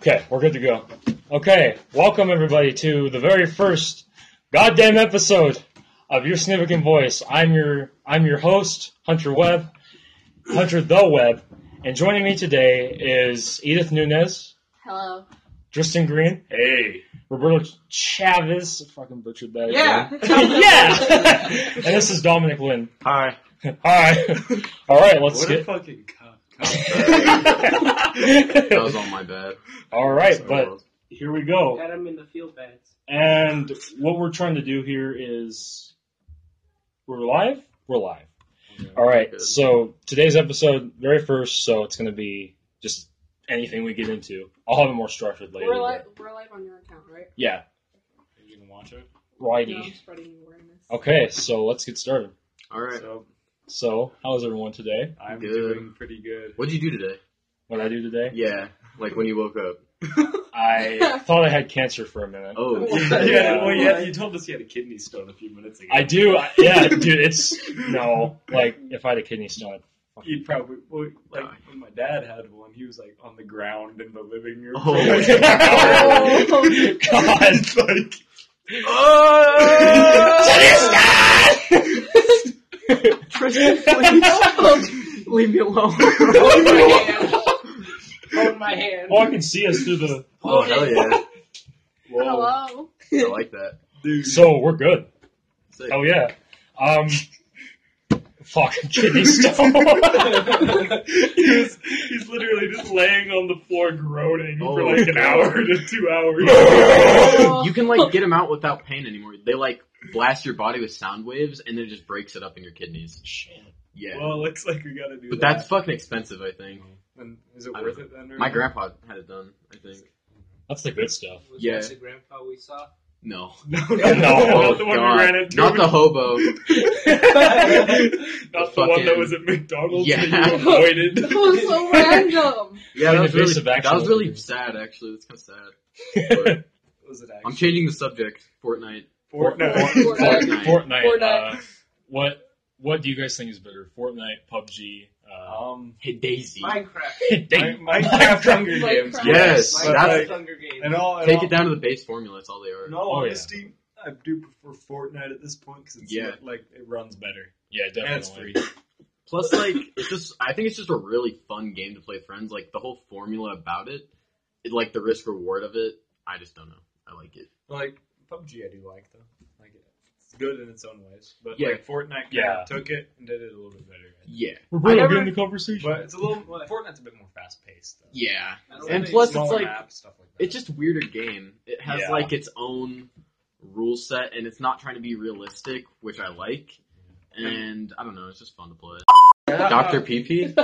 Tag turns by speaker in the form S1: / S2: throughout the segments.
S1: Okay, we're good to go. Okay, welcome everybody to the very first goddamn episode of Your Significant Voice. I'm your I'm your host, Hunter Webb, Hunter the Webb, and joining me today is Edith Nunez,
S2: Hello.
S1: Tristan Green,
S3: Hey,
S1: Roberto Chavez. I fucking butchered that.
S4: Yeah.
S1: yeah. and this is Dominic Lynn.
S3: hi.
S1: All right, all right, let's
S3: what a
S1: get.
S3: fucking cunt.
S4: That was all my bad.
S1: all right,
S3: Sorry,
S1: but
S3: world.
S1: here we go.
S5: Got him in the field bags.
S1: And what we're trying to do here is we're live. We're live. All right.
S4: Good.
S1: So today's episode, very first. So it's going to be just anything we get into. I'll have it more structured later.
S2: We're live.
S1: but-
S2: We're live on your account, right?
S1: yeah.
S3: Are you gonna watch it?
S2: No, I'm
S1: Righty.
S2: spreading awareness.
S4: Oh.
S1: Okay. So let's get started.
S4: All right.
S3: So
S1: So how's everyone today?
S3: I'm
S4: Good.
S3: doing pretty good.
S4: What'd you do today?
S1: What I do today?
S4: Yeah, like when you woke up.
S1: I thought I had cancer for a minute.
S4: Oh,
S3: yeah,
S1: Yeah.
S3: well, yeah, you told us you had a kidney stone a few minutes ago.
S1: I do. I- Yeah, dude. It's no. Like if I had a kidney stone.
S3: You'd probably well, like
S4: Die.
S3: when my dad had one. He was like on the ground in the living room.
S1: Oh,
S4: Oh.
S1: God.
S3: It's like
S4: Oh! Tristan, please. Leave me alone.
S5: Hold my hand. Hold my hand.
S1: Oh, I can see us through the.
S4: oh, hell yeah.
S3: whoa,
S2: Hello.
S4: I like that.
S3: dude.
S1: So we're good.
S4: Sick.
S1: Oh yeah. Um. Fuck kidney stone.
S3: he's, he's literally just laying on the floor groaning for
S4: Oh,
S3: like an
S4: God.
S3: hour to two hours.
S4: You can like get them out without pain anymore. They like blast your body with sound waves and then it just breaks it up in your kidneys. Yeah.
S3: well, looks like we gotta do
S4: but
S3: that.
S4: that's fucking expensive, I think.
S3: And is it
S4: I
S3: worth
S4: don't
S3: it then? or
S4: My
S3: not?
S4: grandpa had it done, I think.
S1: That's the good stuff.
S5: Was
S4: Yeah.
S5: that the grandpa we saw?
S4: No.
S3: No, no,
S1: No.
S3: not the one
S4: Oh, God.
S3: we ran into.
S4: Not the
S3: not
S4: hobo.
S3: the one that
S4: fucking-
S3: was at McDonald's
S4: Yeah.
S3: that you avoided.
S2: That was so random.
S4: Yeah,
S1: An
S4: that was really,
S1: invasive action
S4: that was really
S1: would be-
S4: sad, actually. That's kind of sad.
S3: was it
S4: I'm
S3: actually
S4: changing the subject. Fortnite.
S3: Fortnite?
S2: Fortnite.
S1: Fortnite. Fortnite.
S4: Fortnite.
S1: Uh,
S2: Fortnite.
S1: what What do you guys think is better, Fortnite, PUBG? Uh,
S3: Um,
S4: Hey, Daisy.
S5: Minecraft.
S1: dang.
S3: Mi- Minecraft Hunger
S2: Minecraft.
S3: Games.
S4: Yes,
S5: Minecraft
S4: that's-
S5: Hunger Games.
S3: And all, and
S4: Take
S3: all,
S4: it down to the base formula. That's all they are.
S3: In all
S1: Oh, yeah.
S3: honesty, I do prefer Fortnite at this point because it's
S4: Yeah.
S3: like it runs better.
S1: yeah, definitely.
S3: And it's free.
S4: Plus, like, it's just. I think it's just a really fun game to play with friends. Like the whole formula about it, it like the risk reward of it. I just don't know. I like it.
S3: Like PUBG, I do like though. Like it's good in its own ways, but
S4: Yeah.
S3: like Fortnite,
S1: Yeah.
S3: yeah, took it and did it a little bit better. I think.
S4: Yeah.
S1: Roberto,
S4: I never-
S1: get in the conversation.
S3: But it's a little Fortnite's a bit more fast paced. though.
S4: Yeah.
S5: I don't
S4: And
S5: think
S4: plus, it's
S3: Smaller
S4: like-
S3: map, stuff like that.
S4: It's just a weirder game. It has
S1: Yeah.
S4: like its own rule set, and it's not trying to be realistic, which I like. And I don't know. It's just fun to play. Doctor PP.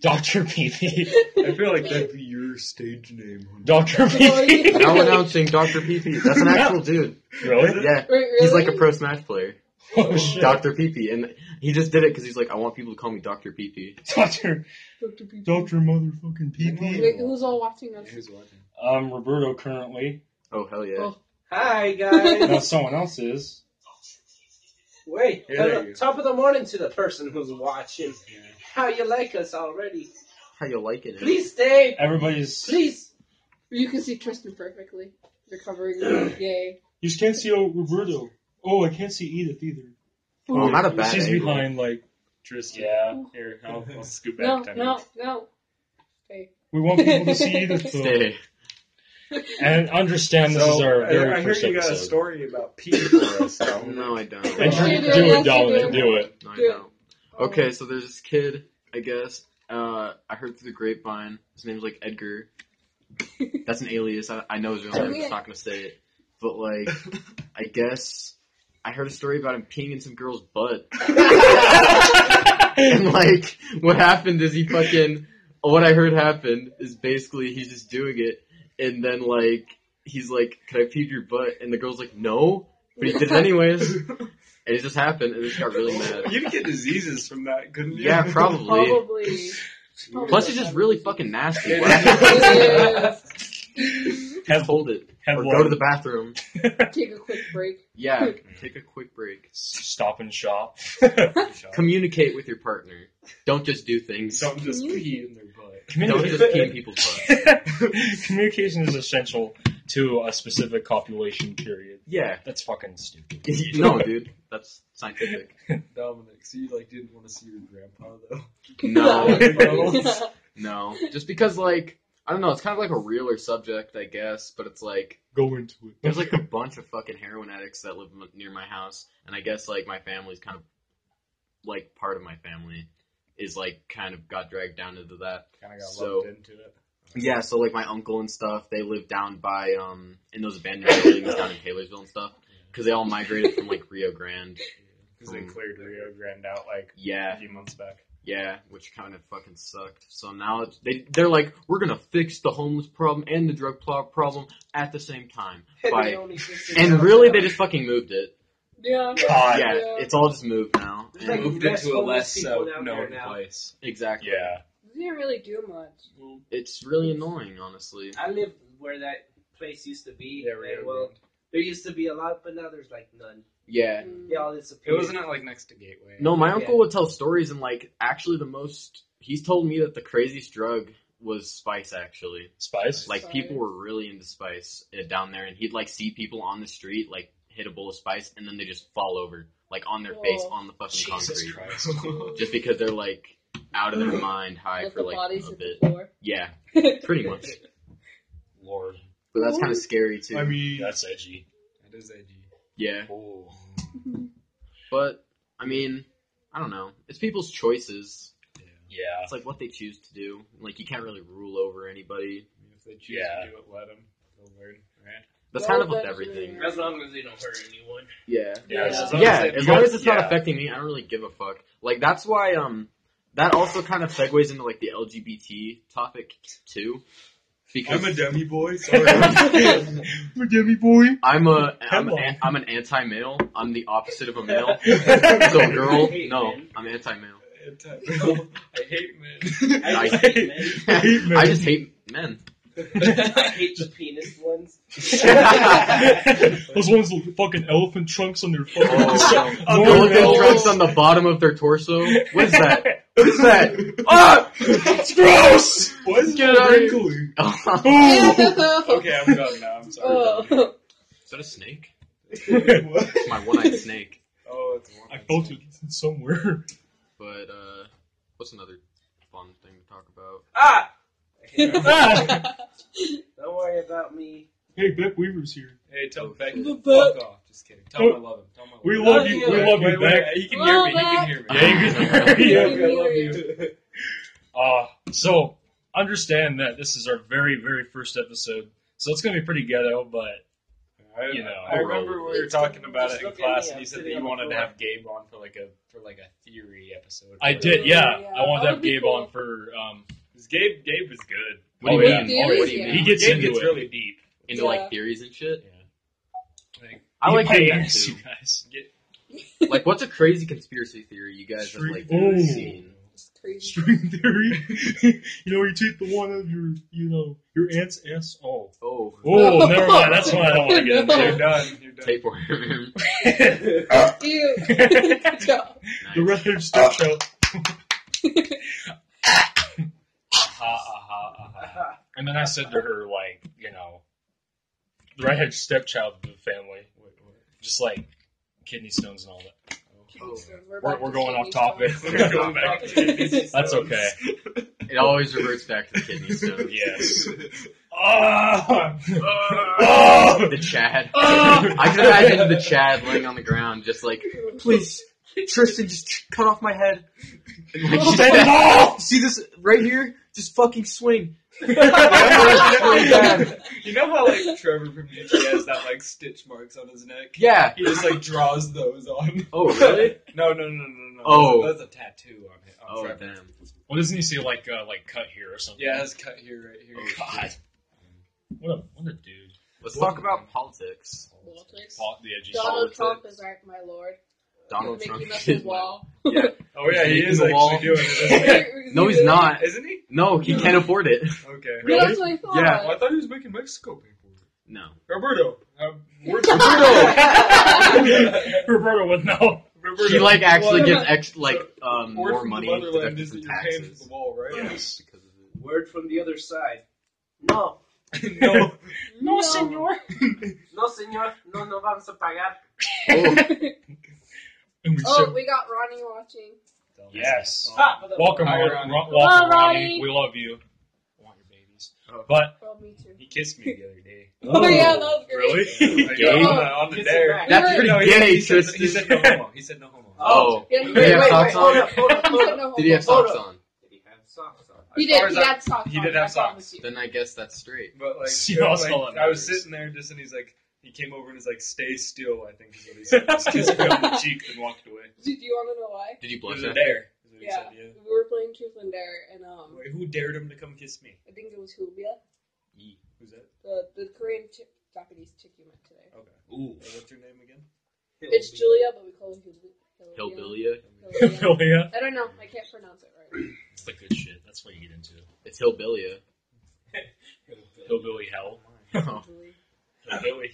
S1: Doctor PP.
S3: I feel like that'd be your stage name.
S1: Doctor PP.
S4: Now announcing Dr. PP. That's an actual dude.
S1: really?
S4: Yeah.
S2: Wait, really?
S4: He's like a pro Smash player.
S1: Oh shit.
S4: Dr. PP. And he just did it because he's like, I want people to call me Dr. PP.
S1: Doctor.
S2: Dr. P.
S1: Doctor motherfucking
S2: Wait, who's all watching us?
S3: Who's watching?
S1: Um, Roberto currently.
S4: Oh, hell yeah.
S2: Oh.
S5: Hi
S1: No,
S5: guys.
S1: someone else is.
S5: Wait.
S3: Yeah, there you
S5: hello- Top of the morning to the person who's watching. How you like us already?
S4: How you liking it?
S5: Please stay.
S1: Everybody's.
S5: Please.
S2: You can see Tristan perfectly. They're covering him. Yay.
S1: You just can't see oh, Roberto. Oh, I can't see Edith either.
S4: Oh, not a bad
S1: She's
S4: angle.
S1: behind, like.
S3: Tristan.
S1: Yeah.
S3: Here, I'll, I'll scoot back.
S2: No,
S3: ten
S2: no,
S3: minutes.
S2: no.
S1: We want people to see Edith though.
S4: Stay.
S1: and understand this is
S3: So,
S1: our very
S3: I, I hear
S1: first
S3: you got a
S1: episode.
S3: story about P for us. though.
S4: No, I don't.
S1: And do,
S2: Yeah, yeah,
S1: do
S2: yeah,
S1: it, Dominic.
S2: yeah.
S1: Do it.
S4: No, I
S2: Yeah.
S4: don't. Okay, so there's this kid, I guess. Uh, I heard through the grapevine. His name's like Edgar. That's an alias. I, I know his real name. I'm just not going to say it. But like, I guess I heard a story about him peeing in some girl's butt. and like what happened is he fucking what I heard happened is basically he's just doing it and then like he's like, Can I feed your butt? And the girl's like, No but he did it anyways. and it just happened and it just got really mad.
S3: You'd get diseases from that, couldn't you?
S4: Yeah, probably.
S2: Probably.
S4: Plus it's just really fucking nasty.
S3: It
S4: Why
S3: is.
S4: don't
S2: Yeah.
S4: you Just hold it. Or go to the bathroom.
S2: Take a quick break.
S4: Yeah. Take a quick break.
S1: Stop and shop.
S3: Shut up.
S4: Communicate with your partner. Don't just do things.
S3: Don't just pee in their butt.
S4: Don't
S1: Communication,
S4: just pee in people's butts.
S1: communication is essential to a specific copulation period.
S4: Yeah.
S1: That's fucking stupid.
S4: no, dude. That's scientific.
S3: Dominic, so you like didn't want to see your grandpa though.
S4: No.
S3: McDonald's.
S4: no. Just because, like, I don't know, it's kind of like a realer subject, I guess, but it's like,
S1: Go into it.
S4: there's like a bunch of fucking heroin addicts that live m- near my house, and I guess, like, my family's kind of, like, part of my family is, like, kind of got dragged down into that.
S3: kind of got
S4: So-
S3: lumped into it.
S4: Yeah, so, like, my uncle and stuff, they live down by, um, in those abandoned buildings down in Taylorsville and stuff, because they all migrated from, like, Rio Grande.
S3: Because
S1: Hmm.
S3: they
S4: Mm.
S3: cleared Rio Grande out like
S4: Yeah.
S3: a few months back.
S4: Yeah, which kind of fucking sucked. So now it's, they they're like, we're gonna fix the homeless problem and the drug pl- problem at the same time. Bye. And really, they just fucking moved it.
S2: Yeah.
S1: God.
S4: yeah, it's all just moved now.
S5: It's like-
S4: And-
S3: moved into a
S5: homeless
S3: less
S5: people
S3: uh,
S5: down there
S3: known
S5: now.
S3: place.
S4: exactly.
S1: Yeah.
S2: They didn't really do much.
S4: It's really annoying, honestly.
S5: I lived where that place used to be.
S3: Yeah,
S5: and,
S3: Rio
S5: well,
S3: Grande.
S5: there used to be a lot, but now there's like none.
S4: Yeah.
S5: They all
S3: It
S5: disappeared.
S3: wasn't at, like next to Gateway.
S4: No, my
S5: Yeah.
S4: uncle would tell stories, and like, actually, the most he's told me that the craziest drug was spice. Actually,
S1: Spice?
S4: like
S2: Spice.
S4: people were really into spice uh, down there, and he'd like see people on the street like hit a bowl of spice, and then they just fall over like on their face
S2: Whoa.
S5: Oh.
S4: on the fucking concrete.
S3: Christ.
S4: just because they're like out of their mind high
S2: Let
S4: for
S2: the
S4: like
S2: bodies
S4: a
S2: hit
S4: bit.
S2: the floor.
S4: Yeah, pretty much.
S1: Lord.
S4: But that's kind of scary too.
S3: mean,
S1: That's edgy.
S3: that is edgy.
S4: yeah,
S1: Oh.
S4: but I mean, I don't know. It's people's choices.
S3: Yeah.
S1: Yeah.
S4: It's like what they choose to do. Like you can't really rule over anybody.
S3: I mean, if they choose
S1: Yeah.
S3: to do it, let them. They'll learn, right?
S4: That's
S2: Well,
S4: kind of with
S2: that's
S4: everything.
S2: really-
S5: As long as they don't hurt anyone.
S4: Yeah.
S1: Yeah, it's
S2: Yeah.
S1: as long
S4: Yeah,
S1: they-
S4: as long
S1: you
S4: as it's not
S1: yeah.
S4: affecting me, I don't really give a fuck. Like that's why um that also kind of segues into like the LGBT topic too. Because
S3: demi boy.
S1: sorry. We're Demi boy.
S4: I'm a I'm,
S1: Hello.
S4: an, I'm an anti-male. I'm the opposite of a male.
S1: So
S4: So girl,
S5: Hey,
S4: no,
S5: man.
S4: I'm anti-male.
S3: I hate men.
S5: I
S4: I-
S5: just hate men.
S1: hate men.
S4: I just hate men.
S5: I hate the penis ones.
S1: Those ones with fucking elephant trunks on their fucking.
S4: Oh,
S1: on
S2: no.
S1: their nose.
S2: Elephant
S4: Elephant trunks
S2: trunks
S4: on the bottom of their torso. What is that? What is that? Ah!
S1: It's gross. Oh!
S3: Why is
S4: Get out of here.
S3: wrinkly?
S1: Ooh.
S3: Okay, I'm done now. I'm sorry.
S2: Oh.
S4: Is that a snake?
S3: What?
S4: It's my one-eyed snake.
S3: Oh, it's one.
S1: I felt it somewhere.
S4: But uh, what's another fun thing to talk about?
S5: Ah! I hate them.
S1: Ah.
S5: Don't worry about me.
S1: Hey, Beck Weaver's here.
S3: Hey, tell
S4: Oh,
S3: Beck.
S2: shit.
S3: Fuck off. Just kidding. Tell him I love him. Tell him I love
S1: We
S3: him.
S1: love
S2: you.
S3: Wait,
S2: We
S1: love you,
S3: wait, wait,
S1: Beck.
S3: He can hear me. He
S2: Love
S3: can hear me.
S1: Yeah, you
S2: Yeah.
S1: can.
S3: Okay, I love you.
S1: Uh, so understand that this is our very, very first episode, so it's gonna be pretty ghetto. But
S3: I,
S1: You know.
S3: I remember we were talking about it in
S5: Just look at
S3: class,
S5: me,
S3: and
S5: I'm
S3: you said that
S5: sitting
S3: you
S5: on the
S3: wanted to
S5: floor.
S3: have Gabe on for like a for like a theory episode.
S1: I did, yeah. I wanted to
S2: That
S1: have
S2: would be
S1: Gabe
S2: cool.
S1: on for um.
S3: 'Cause Gabe Gabe was good.
S4: What do
S1: Oh,
S4: you
S1: yeah.
S4: mean? Oh, what do you
S2: Yeah.
S4: mean?
S1: He gets
S3: Gabe
S1: into
S3: gets
S1: it.
S3: really deep.
S4: into
S2: Yeah.
S4: like theories and shit.
S3: Yeah.
S4: I
S1: He
S4: like doing that
S1: pays,
S4: too.
S1: you guys.
S4: Like, what's a crazy conspiracy theory you guys have
S1: Street-
S4: like
S1: Ooh.
S4: seen?
S2: It's crazy.
S1: String theory. you know, you take the one of your, you know, your aunt's ass. Oh,
S4: Oh,
S1: oh, never mind. That's what I don't want to get
S3: You're
S2: No.
S3: done. You're done.
S4: tapeworm.
S1: into.
S2: Ew. No.
S1: the rest of stuff out. Aha, aha, aha. And then I said to her, like, you know, the redhead stepchild of the family,
S3: Wait, what?
S1: just like kidney stones and all that.
S4: Oh.
S1: We're,
S2: back
S1: we're
S2: to
S1: going off topic.
S2: Jamie's topic.
S1: We're going back. That's okay.
S4: It always reverts back to the kidney stone.
S1: Yes. Ah!
S3: Ah.
S1: Ah!
S4: The Chad.
S1: Ah!
S4: I can imagine the Chad laying on the ground, just like, please, Tristan, just tr- cut off my head. And, like, just-
S1: Stand off!
S4: see this right here? Just fucking swing.
S3: you know how like Trevor from UT has that like stitch marks on his neck?
S4: Yeah.
S3: He just like draws those on.
S4: Oh, really?
S3: No, no, no, no, no.
S4: Oh.
S3: that's a tattoo on it. On
S4: Oh,
S3: Trevor.
S4: damn.
S1: Well, doesn't he say like uh, like cut here or something?
S3: Yeah, it has cut here, right here.
S1: God. What a what a dude.
S4: Let's talk about politics.
S2: Politics.
S1: Paul, the edgy.
S4: Donald
S2: Donald Trump is our, my lord.
S4: Donald
S2: Making
S4: Trump.
S2: up
S4: is
S2: his
S4: my-
S2: wall.
S4: Yeah.
S3: Oh yeah, he
S4: Making
S3: is
S4: the
S3: actually
S4: wall.
S3: doing it. Isn't
S4: No, he's not.
S3: he? Isn't he?
S4: No, he can't afford it.
S3: Okay.
S2: But That's what I thought.
S4: Yeah.
S3: Oh, I thought he was making Mexico pay for it.
S4: No.
S3: Roberto. Um, where's
S1: Roberto would know.
S3: Roberto.
S4: He like actually
S2: Well,
S4: gives ex- like
S3: Word
S4: um, more
S3: from the
S4: money
S3: motherland
S4: deducted
S3: is that
S4: from
S3: you're paying for
S4: taxes.
S3: the wall, right?
S1: Yes.
S4: Because of it.
S5: Word from the other side. No,
S1: No.
S4: Oh,
S2: No, senor.
S5: no, señor, no, no vamos a pagar.
S4: Oh.
S2: Oh, we got Ronnie watching.
S3: Don't
S1: Yes.
S3: listen.
S5: Stop with Ah, the-
S1: Welcome,
S4: Hi,
S1: Ron-
S4: Ronnie.
S1: Ron-
S2: Hello,
S1: welcome, Ronnie.
S2: Ronnie.
S1: We love you. Want your babies.
S3: Oh.
S1: But
S2: Well, me too.
S3: He kissed me the other day.
S2: Oh, yeah, that was great.
S1: really?
S3: Like, on the, on the
S5: Kiss him
S3: dare.
S5: back.
S4: That's
S2: Wait,
S4: pretty
S3: No, he,
S4: gay,
S3: he, said,
S4: Tristan.
S3: he said no homo. He said no homo.
S4: Oh.
S2: Yeah, he
S4: Did he
S2: did.
S4: have
S5: wait,
S4: socks
S5: wait, hold
S4: on?
S5: up, hold up, hold
S2: Said
S5: up.
S2: no
S4: Did he have
S5: Hold
S4: socks
S5: up.
S4: on?
S5: Did he have socks on?
S2: He
S3: As far
S2: did.
S3: as
S2: He
S3: I-
S2: had socks.
S3: he
S2: on,
S3: did have
S2: I promise
S3: socks.
S2: you.
S4: Then I guess that's straight.
S3: But like,
S1: See,
S3: it was
S1: that's all
S3: like,
S1: that
S3: I was
S1: matters.
S3: sitting there just and he's like, he came over and was like, stay still, I think is what he said. Just kissed me on the cheek and walked away.
S2: Do do you want to know why?
S4: Did you
S3: It was
S4: blush
S3: a
S4: after?
S3: dare. Is what he
S2: Yeah.
S3: said, yeah.
S2: We were playing Truth and Dare, and um,
S3: Wait, who dared him to come kiss me?
S2: I think it was Julia,
S3: Who's that?
S2: the the Korean chick, Japanese chick you met today.
S3: Okay.
S1: Ooh.
S3: Hey, what's your name again?
S2: It's Julia, but we call her Julia.
S4: Hillbilly?
S2: Hillbilly.
S1: yeah.
S2: I don't know. I can't pronounce it right.
S1: It's the good shit. That's what you get into.
S4: It's Hillbilly.
S1: Hillbilly hell.
S4: Oh.
S2: Hillbilly.
S1: Hillbilly.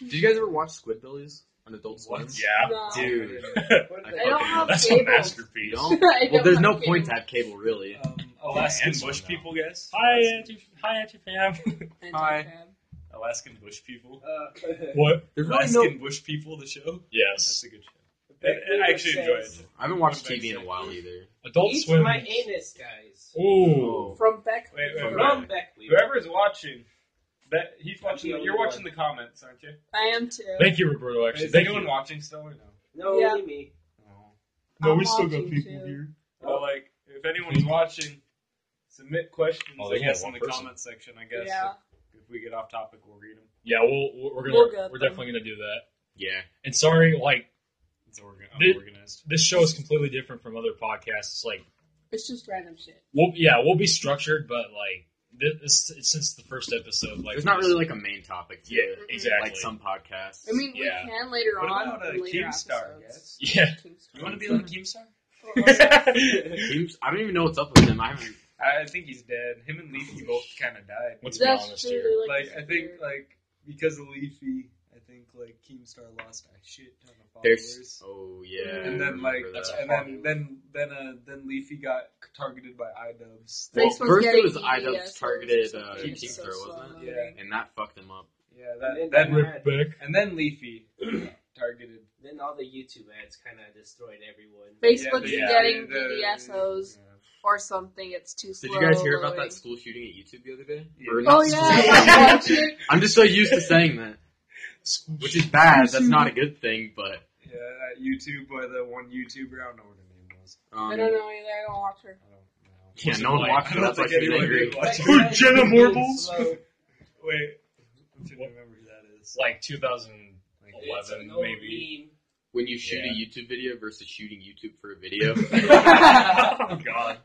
S4: Did you guys ever watch Squidbillies on Adult Swim?
S1: Yeah.
S2: No.
S4: Dude.
S5: What
S4: I
S5: the-
S2: I don't have
S1: That's a
S2: cable.
S1: masterpiece.
S4: No.
S2: I
S4: Well,
S2: don't
S4: there's
S2: have
S4: no
S2: cable.
S4: point to have cable, really.
S3: Um, Alaskan
S1: handsome
S3: Bush
S1: now.
S3: people, guys.
S1: Hi,
S3: Alaskan-
S1: Auntie, hi, Auntie Pam.
S2: And
S4: Hi.
S2: tab.
S3: Alaskan Bush people.
S5: Uh,
S1: what?
S4: There's really no.
S3: Alaskan Bush people, the show. That's
S1: Yes.
S3: a good show.
S5: Beck
S3: I- I actually
S5: Weaver
S3: enjoy
S5: says,
S3: it.
S4: I haven't watched TV in a while either.
S1: Adult
S5: Eat
S1: Swim.
S5: my anus, guys.
S1: Ooh.
S2: From Beck.
S3: Wait, wait,
S4: From
S3: wait.
S5: From Beck Weaver.
S3: Whoever's watching, that he's watching. The, you're watching the comments, aren't you?
S2: I am too.
S1: Thank you, Roberto. Actually,
S3: Is
S1: thank
S3: anyone
S1: you.
S3: watching still or no?
S5: No,
S2: Yeah.
S5: me.
S2: No, we I'm still got watching people too.
S1: here.
S3: Well, like if anyone's watching, submit questions.
S1: Oh,
S3: I
S1: they
S3: guess
S1: have
S3: in
S1: one
S3: the
S1: person.
S3: comment section. I guess
S2: Yeah.
S3: if, if we get off topic, we'll read them.
S1: Yeah, we'll, we're gonna
S2: We'll
S1: we're
S2: get them.
S1: definitely gonna do that.
S4: Yeah.
S1: And sorry, like
S3: It's organ-
S1: Did-
S3: unorganized.
S1: this show is completely different from other podcasts. It's like,
S2: It's just random shit.
S1: we'll yeah, we'll be structured, but like this it's since the first episode, like
S4: There's not really like a main topic to
S1: yeah,
S4: it.
S2: Mm-hmm.
S1: exactly.
S4: Like some podcasts.
S2: I mean,
S1: Yeah.
S2: we can later
S3: What
S2: on.
S3: about, uh,
S2: in later
S3: Keemstar,
S2: episodes.
S1: yeah.
S3: You want to be like Keemstar?
S2: Keemstar.
S4: Seems- I don't even know what's up with him. I haven't.
S3: I, I think he's dead. Him and Leafy both kind of died.
S1: Let's be
S2: That's
S1: honest
S2: true.
S1: here.
S2: they're
S3: Like I think
S2: disappeared.
S3: like because of Leafy, I think like Keemstar lost a shit ton of followers.
S4: There's. Oh yeah.
S3: and then like
S1: That's
S3: and then then then uh then Leafy got targeted by iDubbbz.
S4: Well,
S2: Next one's
S4: first it
S2: getting
S4: was
S2: EDS
S4: iDubbbz
S2: or
S4: targeted,
S2: something.
S4: uh,
S2: It's
S4: Keemstar,
S2: so
S3: it?
S4: wasn't
S2: slow.
S3: Yeah.
S4: and that fucked him up.
S3: Yeah, that
S5: And
S3: then
S5: then-
S1: Rip Beck.
S3: and then Leafy targeted.
S5: Then all the YouTube ads kind of destroyed everyone.
S2: Facebook's
S1: Yeah,
S2: getting
S3: the-
S2: DSOs or something. It's too
S4: Did
S2: slow.
S4: you guys hear about that
S2: loading.
S4: school shooting at YouTube the other day?
S3: Yeah.
S4: Or not
S2: Oh
S4: school-
S2: yeah, watch it.
S4: I'm just so used to saying that, which is bad. That's not a good thing, but
S3: Yeah, that YouTube by the one YouTuber. I don't know what her name was.
S4: um,
S2: I don't know either. I don't watch her.
S3: I don't
S4: yeah, no one
S1: What's it like?
S4: watched it. That's like me angry.
S3: Who, Watch
S5: Like,
S1: Jenna
S5: like,
S1: Marbles?
S5: slow.
S3: Wait, I can't remember who that is.
S1: Like 2000.
S3: Like,
S5: It's an
S1: 11,
S5: old
S1: maybe.
S4: When you shoot
S1: Yeah.
S4: a YouTube video versus shooting YouTube for a video,
S1: oh God,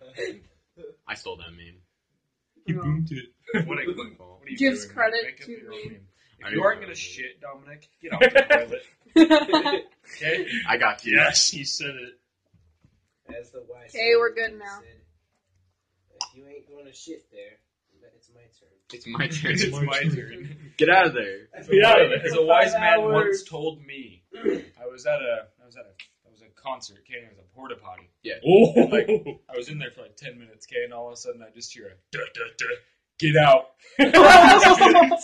S4: I stole that meme.
S1: he boomed it.
S3: meme. What, a-
S4: It's my fault.
S3: what are you
S2: Gives
S3: doing?
S2: credit
S3: Make up
S2: to
S3: your own
S2: me.
S3: name.
S4: I
S3: If you
S4: didn't
S3: aren't
S4: know
S3: gonna
S4: that.
S3: shit, Dominic, get off the toilet. Okay.
S4: I got you.
S1: Yes, he said it.
S5: As the wise
S2: Okay, we're
S5: man
S2: good now.
S5: said, If you ain't going to shit there, then it's my turn.
S4: It's my turn.
S3: It's
S1: my
S3: my
S1: turn.
S3: turn.
S4: Get out of there.
S1: Get out of there.
S3: As a wise man once told me, I was at a, I was at a, I was at a concert. Okay, it was a porta potty.
S1: Oh,
S3: Like- I was in there for like ten minutes. Okay, and all of a sudden I just hear a duh, duh, duh, get out.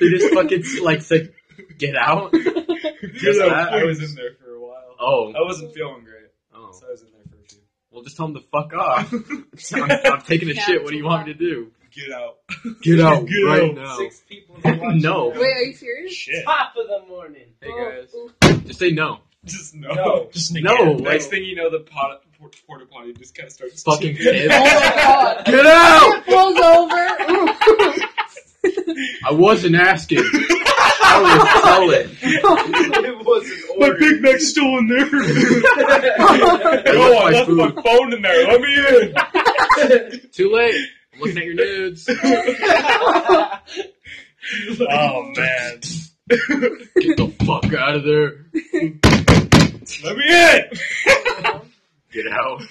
S4: They just fucking like said, "Get out."
S3: Just
S4: out,
S3: that, I was
S4: please.
S3: in there for a while.
S4: Oh,
S3: I wasn't feeling great,
S4: oh.
S3: so I was in there for a few.
S4: Well, just tell them to fuck off. I'm, I'm taking a shit. What do you want me to do?
S3: Get out.
S4: Get out
S1: Get
S4: right
S1: out.
S4: now.
S5: Six people are watching
S4: No.
S2: Wait,
S5: now.
S2: are you serious?
S1: shit.
S5: Top of the morning.
S4: Hey
S2: Oh,
S4: guys,
S2: ooh.
S4: just say no.
S3: Just no.
S5: No.
S1: Just
S4: No.
S1: negate it.
S3: Next thing you know, the pot, por- porta potty just kind of starts
S4: Fucking
S2: Oh my god.
S4: Get out!
S2: It blows over.
S4: I wasn't asking. I was telling.
S5: it was an
S1: My
S5: order.
S1: Big Mac's still in there.
S4: I
S1: no, I
S4: left
S1: left my
S4: my
S1: phone in there. Let me in.
S4: Too late. I'm looking at your nudes.
S3: Um,
S1: Oh man,
S4: Get the fuck out of there.
S1: let me in.
S4: Get out.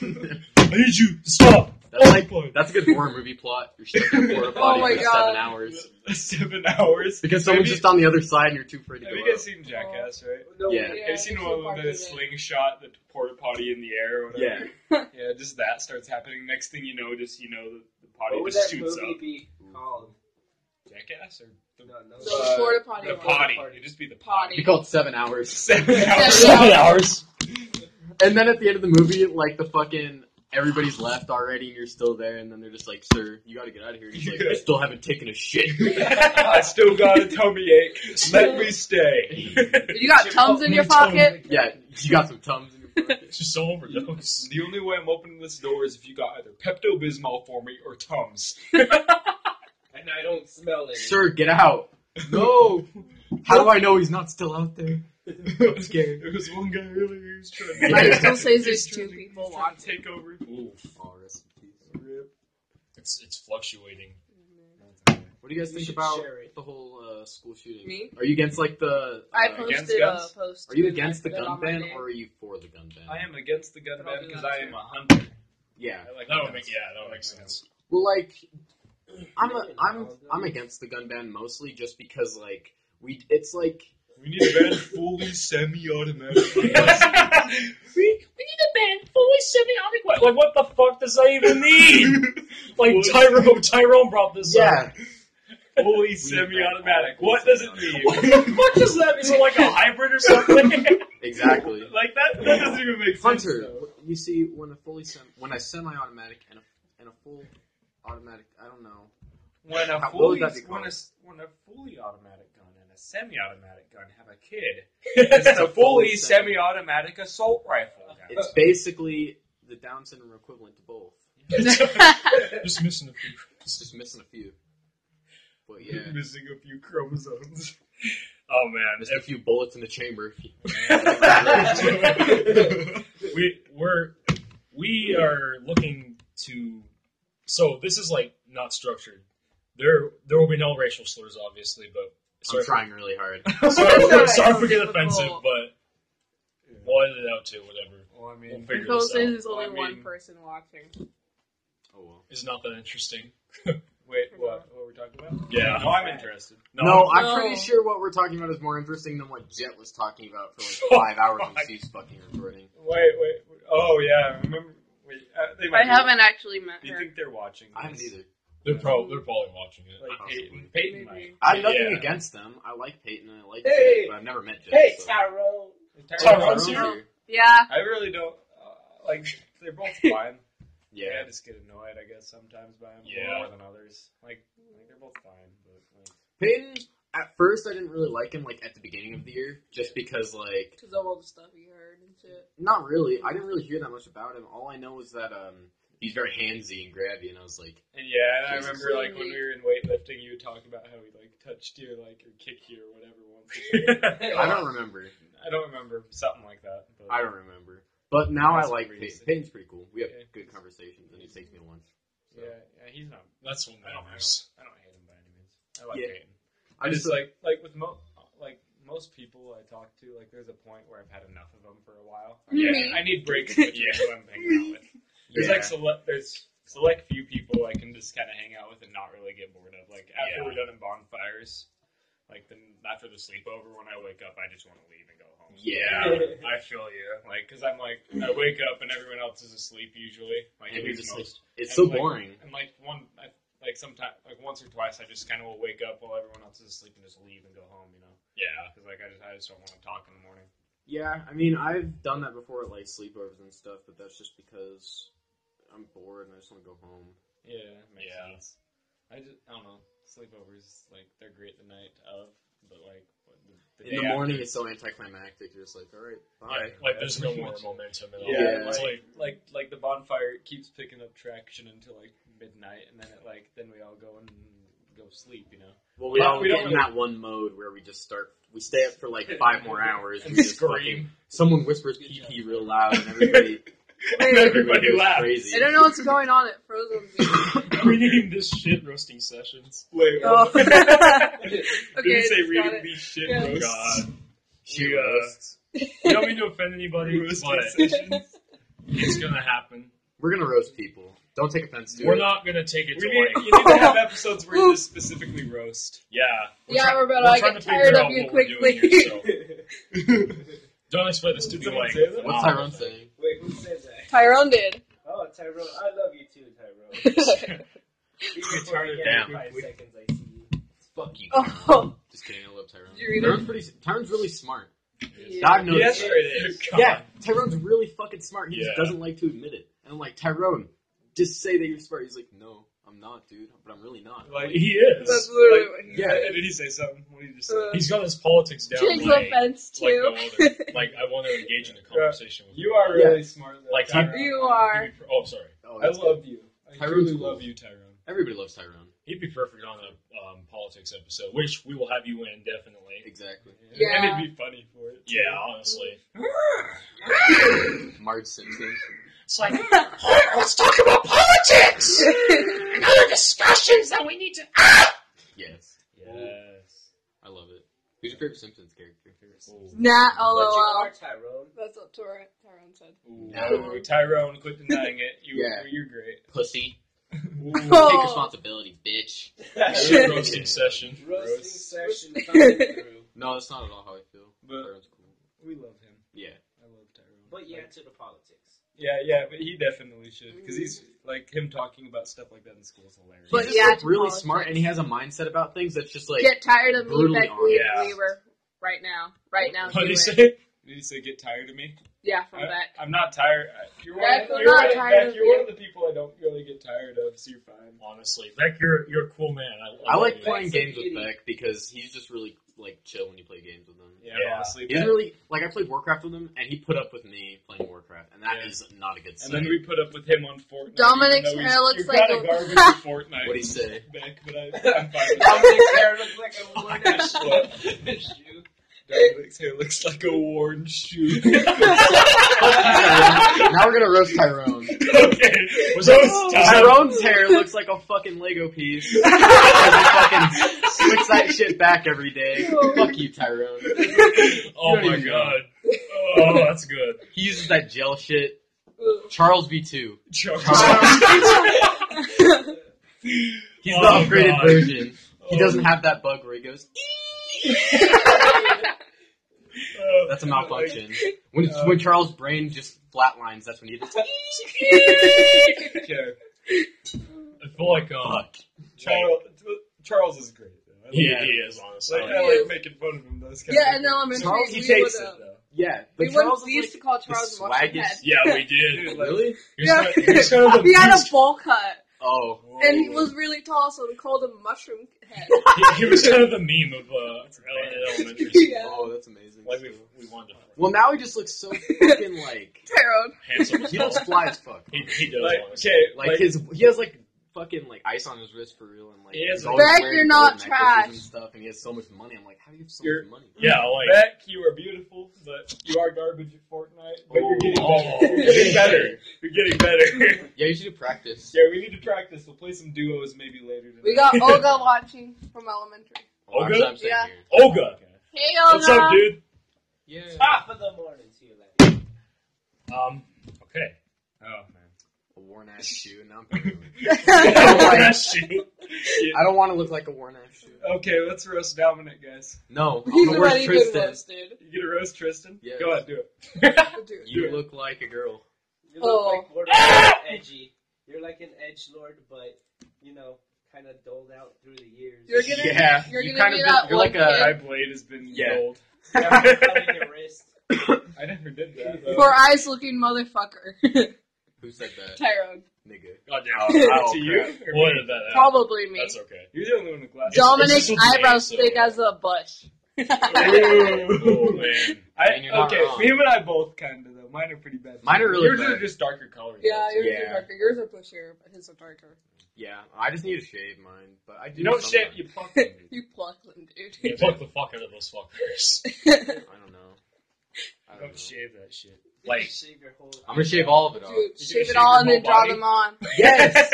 S1: I need you to stop.
S4: That's like
S1: Point.
S4: that's a good horror movie plot. You're stuck in a porta potty
S2: Oh my
S4: for
S2: God.
S4: seven hours
S3: Seven hours.
S4: because someone's
S3: Maybe-
S4: just on the other side and you're too afraid to
S3: Have
S4: go
S3: you guys
S4: up.
S3: seen Jackass, right?
S5: No,
S4: Yeah.
S3: Have you seen the one with the
S2: that's
S3: slingshot, the porta potty in the air? Or
S4: Yeah,
S3: whatever? Yeah, just that starts happening. Next thing you know, just you know the, the potty
S5: What would
S3: just
S5: that
S3: shoots
S5: movie
S3: up.
S5: be called?
S3: Jackass or the,
S5: No, no.
S2: So
S3: Uh,
S2: porta potty.
S3: the
S2: one.
S3: potty?
S5: Potty.
S3: It'd just be the potty.
S2: Potty.
S4: you call it seven hours,
S3: Seven hours.
S1: Seven hours.
S4: and then at the end of the movie, like the fucking everybody's left already, and you're still there, and then they're just like, "Sir, you got to get out of here." And he's like, "I still haven't taken a shit."
S3: I still got a tummy ache. Let me stay.
S2: You got oh, tums in your pocket.
S4: yeah, you got some tums in your pocket.
S1: Just so overdose.
S3: The only way I'm opening this door is if you got either Pepto Bismol for me or Tums.
S5: And I don't smell it.
S4: Sir, get out. No. How do I know he's not still out there? I'm scared.
S3: There was one guy earlier who was trying
S4: Mike
S3: to.
S4: still
S2: says
S3: He's
S2: there's
S3: trying
S2: two
S3: to-
S2: people
S3: he's trying to
S2: watching.
S3: Take over. Rip.
S1: It's it's fluctuating.
S4: What do you guys
S5: You
S4: think
S5: should
S4: about
S5: share it.
S4: the whole uh, school shooting?
S2: Me?
S4: Are you against like the?
S2: I
S4: uh,
S3: Against
S2: posted a
S3: guns?
S2: post.
S4: Are you
S2: with
S4: against the
S2: that on
S4: gun
S2: my
S4: ban
S2: day.
S4: or are you for the gun ban?
S3: I am against the gun
S2: But I'll
S3: ban
S2: do
S3: because
S2: that
S3: I
S2: too.
S3: am a hunter.
S4: Yeah.
S3: I like
S1: That would
S3: guns.
S1: make yeah, that would make sense.
S4: Well, like, I'm a, I'm I'm against the gun ban mostly just because like we it's like
S3: We need to ban fully semi-automatic guns.
S1: We, we need a band fully semi-automatic. Like, like, what the fuck does that even mean? like,
S3: What?
S1: Tyrone, Tyrone brought this up.
S3: fully semi-automatic. What does it mean?
S1: What the fuck does that mean? Is it like a hybrid or something?
S4: exactly.
S3: Like that? That doesn't even make sense.
S4: Hunter,
S3: though.
S4: you see, when a fully sem- when a semi-automatic and a and a full automatic, I don't know.
S3: When a
S4: How- what
S3: fully
S4: would that be
S3: when a,
S4: called?
S3: when a fully automatic gun and a semi-automatic gun have a kid, it's a fully
S4: semi-
S3: semi-automatic assault rifle. Gun.
S4: It's basically the Down syndrome equivalent to both.
S1: Just missing a few.
S4: It's just missing a few. But yeah,
S3: Missing a few chromosomes.
S1: Oh man,
S4: missing a few bullets in the chamber.
S1: we we're we are looking to so this is like not structured there there will be no racial slurs obviously but
S4: I'm
S1: sorry
S4: trying really hard.
S1: sorry,
S2: Sorry.
S1: sorry for getting offensive but
S3: Yeah.
S1: we'll edit it out too whatever
S3: Well, I
S1: we'll
S3: mean,
S2: The
S1: figure this
S2: post says
S1: out
S2: there's only
S3: I mean-
S2: one person watching.
S4: Oh well.
S1: it's not that interesting
S3: wait, what? What were we talking about?
S1: Yeah.
S3: No, I'm interested.
S4: No, I'm pretty sure what we're talking about is more interesting than what Jet was talking about for
S3: Oh
S4: like five hours when she's fucking recording.
S3: Wait, wait. wait. Oh yeah, I remember. Wait, uh, they
S2: I
S3: might be-
S2: haven't actually met
S3: Do you
S2: her.
S3: think they're watching?
S4: I haven't
S3: this?
S4: either.
S1: they're probably they're probably watching it
S3: Like Peyton,
S4: Possibly.
S3: Peyton might.
S2: Maybe.
S4: I have nothing
S1: Yeah.
S4: against them. I like Peyton and I like
S5: Hey!
S4: Jet, but I've never met Jet.
S5: Hey,
S4: so-
S5: Tyrone.
S1: Tyrone's
S4: Tyrone's
S1: here.
S4: here.
S2: Yeah.
S3: I really don't uh, like. They're both fine.
S4: Yeah.
S3: I just get annoyed, I guess, sometimes by them
S1: Yeah.
S3: more than others. Like, like they're both fine, but like,
S4: Peyton, at first I didn't really like him, like, at the beginning of the year, just because, like,
S2: Because of all the stuff you heard and shit.
S4: not really. I didn't really hear that much about him. All I know is that, um, he's very handsy and grabby, and I was like,
S3: and yeah, and I
S4: Jesus.
S3: remember like when we were in weightlifting, you would talk about how he like touched you, like or kicked you or whatever once. or something.
S4: I don't remember.
S3: I don't remember something like that. But
S4: I don't remember. But now I
S3: That's
S4: like
S3: pretty
S4: Peyton.
S3: sick.
S4: Peyton's pretty cool. We have
S3: Yeah.
S4: good conversations, and he takes me to lunch.
S3: yeah, yeah, he's not.
S1: that's what
S3: I don't, I
S1: matters
S3: don't, I don't hate him by any means. I like
S4: Yeah.
S3: Peyton. I just like like with mo- like most people I talk to, like there's a point where I've had enough of them for a while.
S2: Me.
S3: Yeah, I need breaks between who I'm hanging out with. There's
S4: Yeah.
S3: like select there's select few people I can just kind of hang out with and not really get bored of. Like after
S1: Yeah.
S3: we're done in bonfires, like then after the sleepover, when I wake up, I just want to leave and go home.
S4: Yeah.
S3: I feel you. Like because I'm like I wake up and everyone else is asleep usually. Like at
S4: And you're
S3: least
S4: just like,
S3: most.
S4: it's so
S3: and, like,
S4: boring.
S3: And like one, I, like sometimes, like once or twice, I just kind of will wake up while everyone else is asleep and just leave and go home. You know.
S1: yeah
S3: Because like I just I just don't want to talk in the morning.
S4: Yeah, I mean, I've done that before at, like, sleepovers and stuff, but that's just because I'm bored and I just want to go home.
S3: Yeah, makes
S1: Yeah.
S3: sense. I just I don't know. Sleepovers like they're great the night of, but like what, the, the
S4: In
S3: day
S4: the
S3: after-
S4: morning, it's so anticlimactic. You're just like, all right, bye.
S1: like there's no more momentum at all
S4: Yeah.
S1: it's like
S3: like like the bonfire it keeps picking up traction until like midnight, and then it like then we all go and go sleep. You know.
S4: Well, we
S3: Yeah,
S4: all
S3: we
S4: get
S3: don't
S4: in
S3: really-
S4: that one mode where we just start. We stay up for like five more hours. We just fucking,
S1: scream
S4: someone whispers PP real loud, and everybody,
S1: and everybody
S4: goes
S1: laughs
S4: crazy.
S2: I don't know what's going on at Frozen Zoo.
S1: we need this shit roasting sessions
S3: Wait,
S2: Oh.
S3: did
S2: Okay,
S3: you
S2: it's
S3: say
S2: got
S3: reading
S2: it.
S3: these shit
S2: Yeah.
S3: roasts?
S1: God.
S4: She
S1: Yeah.
S4: roasts.
S1: We don't mean to offend anybody,
S3: Roasting
S1: but
S3: sessions.
S1: it's gonna happen.
S4: We're gonna roast people. Don't take offense to
S1: We're
S4: it.
S1: not gonna take it
S3: We
S1: to
S3: need,
S1: like
S3: you need to have episodes where you just specifically roast.
S1: yeah. We're
S2: yeah,
S1: try-
S2: Roberto,
S1: we're
S2: I
S1: trying
S2: get
S1: to figure
S2: tired of
S1: out
S2: you
S1: what we're
S2: quickly.
S1: doing here, so
S3: Wait,
S1: Don't expect this to
S3: Did
S1: be
S3: someone
S1: like.
S3: say that?
S4: What's
S1: wow.
S4: Tyrone saying?
S5: who said that?
S2: Tyrone did.
S5: Oh, Tyrone. I love you too, Tyrone. Even for
S3: Tyrone
S5: the
S4: down.
S5: Five seconds, I see you.
S4: Fuck you.
S2: oh,
S4: Just kidding. I love Tyrone.
S2: You read it?
S4: Tyrone's pretty. Tyrone's really smart.
S2: yeah.
S4: I've noticed
S3: Yes,
S4: that.
S3: it is. Come
S4: Yeah, Tyrone's really fucking smart. He just
S1: Yeah.
S4: doesn't like to admit it. And I'm like, Tyrone, just say that you're smart. He's like, no, I'm not, dude. But I'm really not.
S3: on. Like,
S1: He is.
S2: That's literally
S3: Like,
S2: what he
S4: yeah,
S3: did he say something? What did he just say?
S2: Uh,
S1: He's got his politics down.
S2: takes
S1: like-
S2: offense
S1: like
S2: too.
S1: no other. Like I want to engage in a conversation with
S3: you are really smart. though,
S1: Like,
S3: Tyrone.
S2: you are.
S1: He'd be- Oh, sorry.
S4: Oh,
S3: I
S4: that's good.
S3: love you. I
S4: Tyrone's
S3: truly
S4: cool.
S3: love you, Tyrone.
S4: Everybody loves Tyrone.
S1: He'd be perfect on a um, politics episode, which we will have you in definitely.
S4: Exactly.
S2: Yeah.
S3: And it'd be funny for it.
S1: Yeah, honestly.
S4: Marge Simpson.
S1: It's like, "Here, let's talk about politics and other discussions that we need to. Ah!
S4: Yes,
S3: Yes.
S4: I love it. Who's your favorite Simpsons character?
S2: Nah,
S5: But you
S2: lol.
S5: are Tyrone.
S2: That's what Tor- Tyrone said.
S3: Ooh,
S4: No.
S3: Tyrone, quit denying it. You,
S4: Yeah.
S3: You're great.
S4: Pussy.
S2: Oh.
S4: Take responsibility, bitch.
S1: Shit roasting session.
S5: Roasting
S3: Roast.
S5: session coming through.
S4: No, that's not at all how I feel.
S3: But-
S4: Tyrone's cool.
S3: We love him.
S4: Yeah.
S3: I love Tyrone.
S5: But yeah,
S3: Like,
S5: to the politics.
S3: yeah, yeah, but he definitely should. Because he's, like, him talking about stuff like that in school is hilarious.
S2: But
S4: He's just,
S2: yeah,
S4: like,
S2: to
S4: really
S2: politics.
S4: smart, and he has a mindset about things that's just like
S2: Get tired of me,
S4: brutally
S2: Beck we
S1: honest.
S2: Weaver. Right now. Right now.
S1: What
S2: do
S1: did he
S2: it.
S1: say?
S3: Did he say get tired of me?
S2: Yeah, from
S3: I,
S2: Beck.
S3: I'm not tired. I- You're,
S2: Beck,
S3: one,
S2: we're
S3: you're,
S2: not
S3: one-
S2: tired
S3: Beck,
S2: of
S3: you're
S2: you.
S3: one of the people I don't really get tired of, so you're fine.
S1: Honestly, Beck, you're you're a cool man. I,
S4: I like
S1: you.
S4: playing
S5: Beck's a
S4: games with
S5: idiot.
S4: Beck because he's just really like chill when you play games with him.
S3: Yeah,
S1: Yeah.
S3: honestly.
S4: He doesn't
S3: Beck-
S4: really like I played Warcraft with him, and he put up with me playing Warcraft, and that
S3: Yeah.
S4: is not a good
S3: and
S4: sign.
S3: then we put up with him on Fortnite.
S2: Dominic's
S3: even though
S2: hair
S3: he's-
S2: looks
S3: you're
S2: like
S3: kinda
S2: a-
S3: garbage at Fortnite.
S4: What do you say?
S3: Beck, but I, I'm fine with that.
S5: Dominic's hair looks like a worn out shoe.
S3: Dominic's hair looks like a worn shoe.
S4: now we're gonna roast Tyrone.
S1: okay, was that
S4: Tyrone's hair looks like a fucking Lego piece. he fucking sticks that shit back every day. Fuck you, Tyrone.
S1: Oh my god! Oh, that's good.
S4: He uses that gel shit. Charles V2.
S1: Charles.
S4: He's
S1: Oh,
S4: the upgraded
S1: God.
S4: version. He
S1: Oh,
S4: doesn't have that bug where he goes.
S1: uh,
S4: That's a malfunction. When it's- when Charles' brain just flatlines, that's when he just
S3: Okay.
S1: I feel like um,
S4: fuck.
S3: Charles, Charles is great. Though. I
S1: he,
S3: like
S1: he
S3: him.
S1: is honestly.
S3: Like, I
S2: He
S3: like
S2: is.
S3: making fun of him. Those kind
S2: Yeah,
S3: of
S2: in elementary,
S4: Charles,
S2: we
S4: he
S2: would,
S4: takes
S2: uh,
S3: it, though.
S4: Yeah,
S2: we
S4: but
S2: would,
S4: Charles
S2: we
S4: is
S2: used
S4: like,
S2: to call
S4: the
S2: Charles Washington
S4: swaggest-
S2: Head.
S1: Yeah, we did.
S3: Dude, like,
S4: really?
S1: Here's
S2: Yeah.
S1: kind of, here's kind of the
S2: he had
S1: beast-
S2: a bowl cut,
S4: Oh,
S2: and he was really tall, so we called him Mushroom Head.
S1: he, he was kind of the meme of uh, elementary school.
S2: yeah,
S4: oh, that's amazing.
S1: Like we, we wanted to
S4: Well, now he just looks so fucking like
S2: Tyrone.
S1: handsome as
S4: he looks
S1: fuck.
S4: fly as fuck.
S1: He, he does.
S3: like,
S1: honestly.
S3: okay,
S4: Like, his, he has like fucking like ice on his wrist for real, and like
S3: He is
S4: he's
S3: a-
S4: always
S2: Beck,
S4: wearing
S2: you're not
S4: gold necklaces
S2: trash.
S4: and stuff, and he has so much money. I'm like, how do you have so
S3: You're-
S4: much money?
S1: Yeah, like
S3: Beck, you are beautiful, but you are garbage at Fortnite. But you're getting
S1: Oh.
S3: better. You're getting better. You're getting better.
S4: Yeah, you should do practice.
S3: yeah, we need to practice. We'll play some duos maybe later. Tonight.
S2: We got Olga watching from elementary.
S4: Well, that's
S1: Okay.
S4: what I'm saying
S2: Yeah.
S4: here.
S1: Olga.
S2: Hey, Olga.
S1: What's up, dude?
S4: Yeah.
S5: Top of the morning to you, like.
S1: Um. Okay.
S3: Oh
S4: A worn ass shoe. Now I'm putting it
S1: That shit.
S4: on. I don't want to look like a worn ass shoe.
S3: man. Okay, let's roast Dominic, guys.
S4: No, I'm
S2: He's
S4: the worst
S2: already been
S4: Tristan.
S2: roasted.
S3: You gonna roast Tristan?
S4: Yes.
S3: Go ahead, do it.
S2: Dude.
S4: You look like a girl.
S5: You look
S2: Oh.
S5: like borderline edgy. You're like an edge lord, but you know, kind of doled out through the years.
S2: You're gonna,
S4: Yeah,
S2: you're
S4: you
S2: gonna
S4: kinda
S2: be
S4: just-
S2: that
S4: you're
S2: one
S4: like a-
S3: Uh, My
S2: kid.
S3: blade has been
S4: Yeah.
S3: gold.
S5: You have a thumb in your wrist.
S3: I never did that. though.
S2: Four eyes looking motherfucker.
S4: Who said that,
S2: Tyrone.
S4: nigga?
S1: God damn.
S2: Oh,
S3: to you? or
S1: What
S3: me?
S1: did that? happen?
S2: Probably me.
S1: That's okay.
S3: You're the only one with glasses.
S1: Dumb.
S2: Dominic's
S1: it's just a
S2: eyebrows
S1: name, so-
S2: big as a bush.
S1: Oh
S3: Ooh.
S1: man.
S3: I,
S4: And you're not
S3: okay,
S4: wrong.
S3: him and I both kind of though. Mine are pretty bad.
S4: Mine are really
S3: Yours
S4: bad.
S3: are just darker colors.
S2: Yeah, yours
S4: Yeah.
S2: are darker. Yours are bushier, but his are darker.
S4: Yeah, I just need to shave mine, but I do.
S3: You don't
S4: sometimes.
S3: shape. You pluck them.
S2: you plucked them, dude.
S1: You fuck the fuck out of those fuckers.
S2: dude,
S4: I don't know. I
S3: You
S4: don't know.
S3: don't shave that Oh, shit.
S5: You
S1: Like-
S5: can shave your whole.
S4: I'm gonna shave all of it off.
S2: shave
S1: shave
S2: it all and
S1: your
S2: then
S1: whole
S2: draw
S1: body?
S2: them on.
S4: Yes.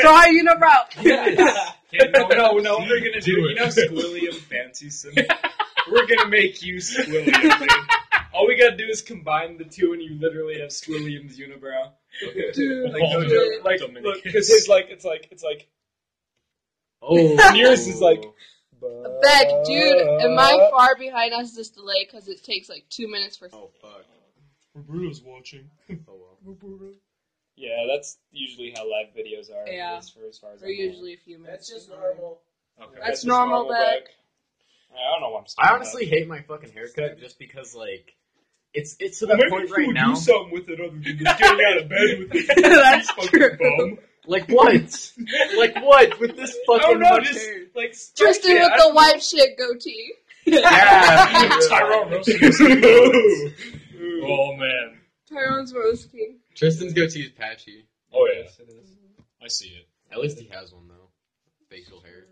S2: Draw a unibrow.
S3: Okay, no, no, no. We're gonna do.
S1: Do
S3: You
S1: it.
S3: know, Squilliam fancies some. We're gonna make you Squilliam. Dude. All we gotta do is combine the two, and you literally have Swilliam's unibrow.
S2: Dude,
S3: Like, no joke. Like, look,
S1: Dominicus.
S3: it's just like it's like it's like.
S4: Oh,
S3: Yours is like-
S2: Beck, dude, am I far behind on this delay? Because it takes like two minutes for.
S4: Oh fuck.
S1: Roberto's watching.
S4: Oh well.
S3: Yeah, that's usually how live videos are.
S2: Yeah.
S3: As for as far as
S2: We're
S3: I'm aware.
S2: usually a few minutes.
S5: That's just normal.
S1: Okay.
S2: That's
S3: just
S2: normal, Beck.
S3: I don't know what I'm saying.
S4: I honestly hate my fucking haircut just because like it's it's to
S3: Maybe
S4: that
S3: if
S4: point
S3: you
S4: right
S3: would
S4: now.
S3: do something with it other than just getting out of bed with it.
S4: That's
S3: fucking
S4: true.
S3: bum.
S4: Like what? like what? With this fucking
S3: I don't know,
S4: much
S3: just
S4: hair.
S3: like stretch
S2: Tristan
S3: it.
S2: with
S3: I
S2: the
S3: don't-
S2: white shit goatee.
S4: Yeah.
S1: Tyrone roasting his
S3: Ooh. Ooh.
S1: Oh man.
S2: Tyrone's Rose King.
S4: Tristan's goatee is patchy.
S1: Oh yeah.
S3: Yes, it is.
S1: I see it.
S4: At least he has one though. Facial hair.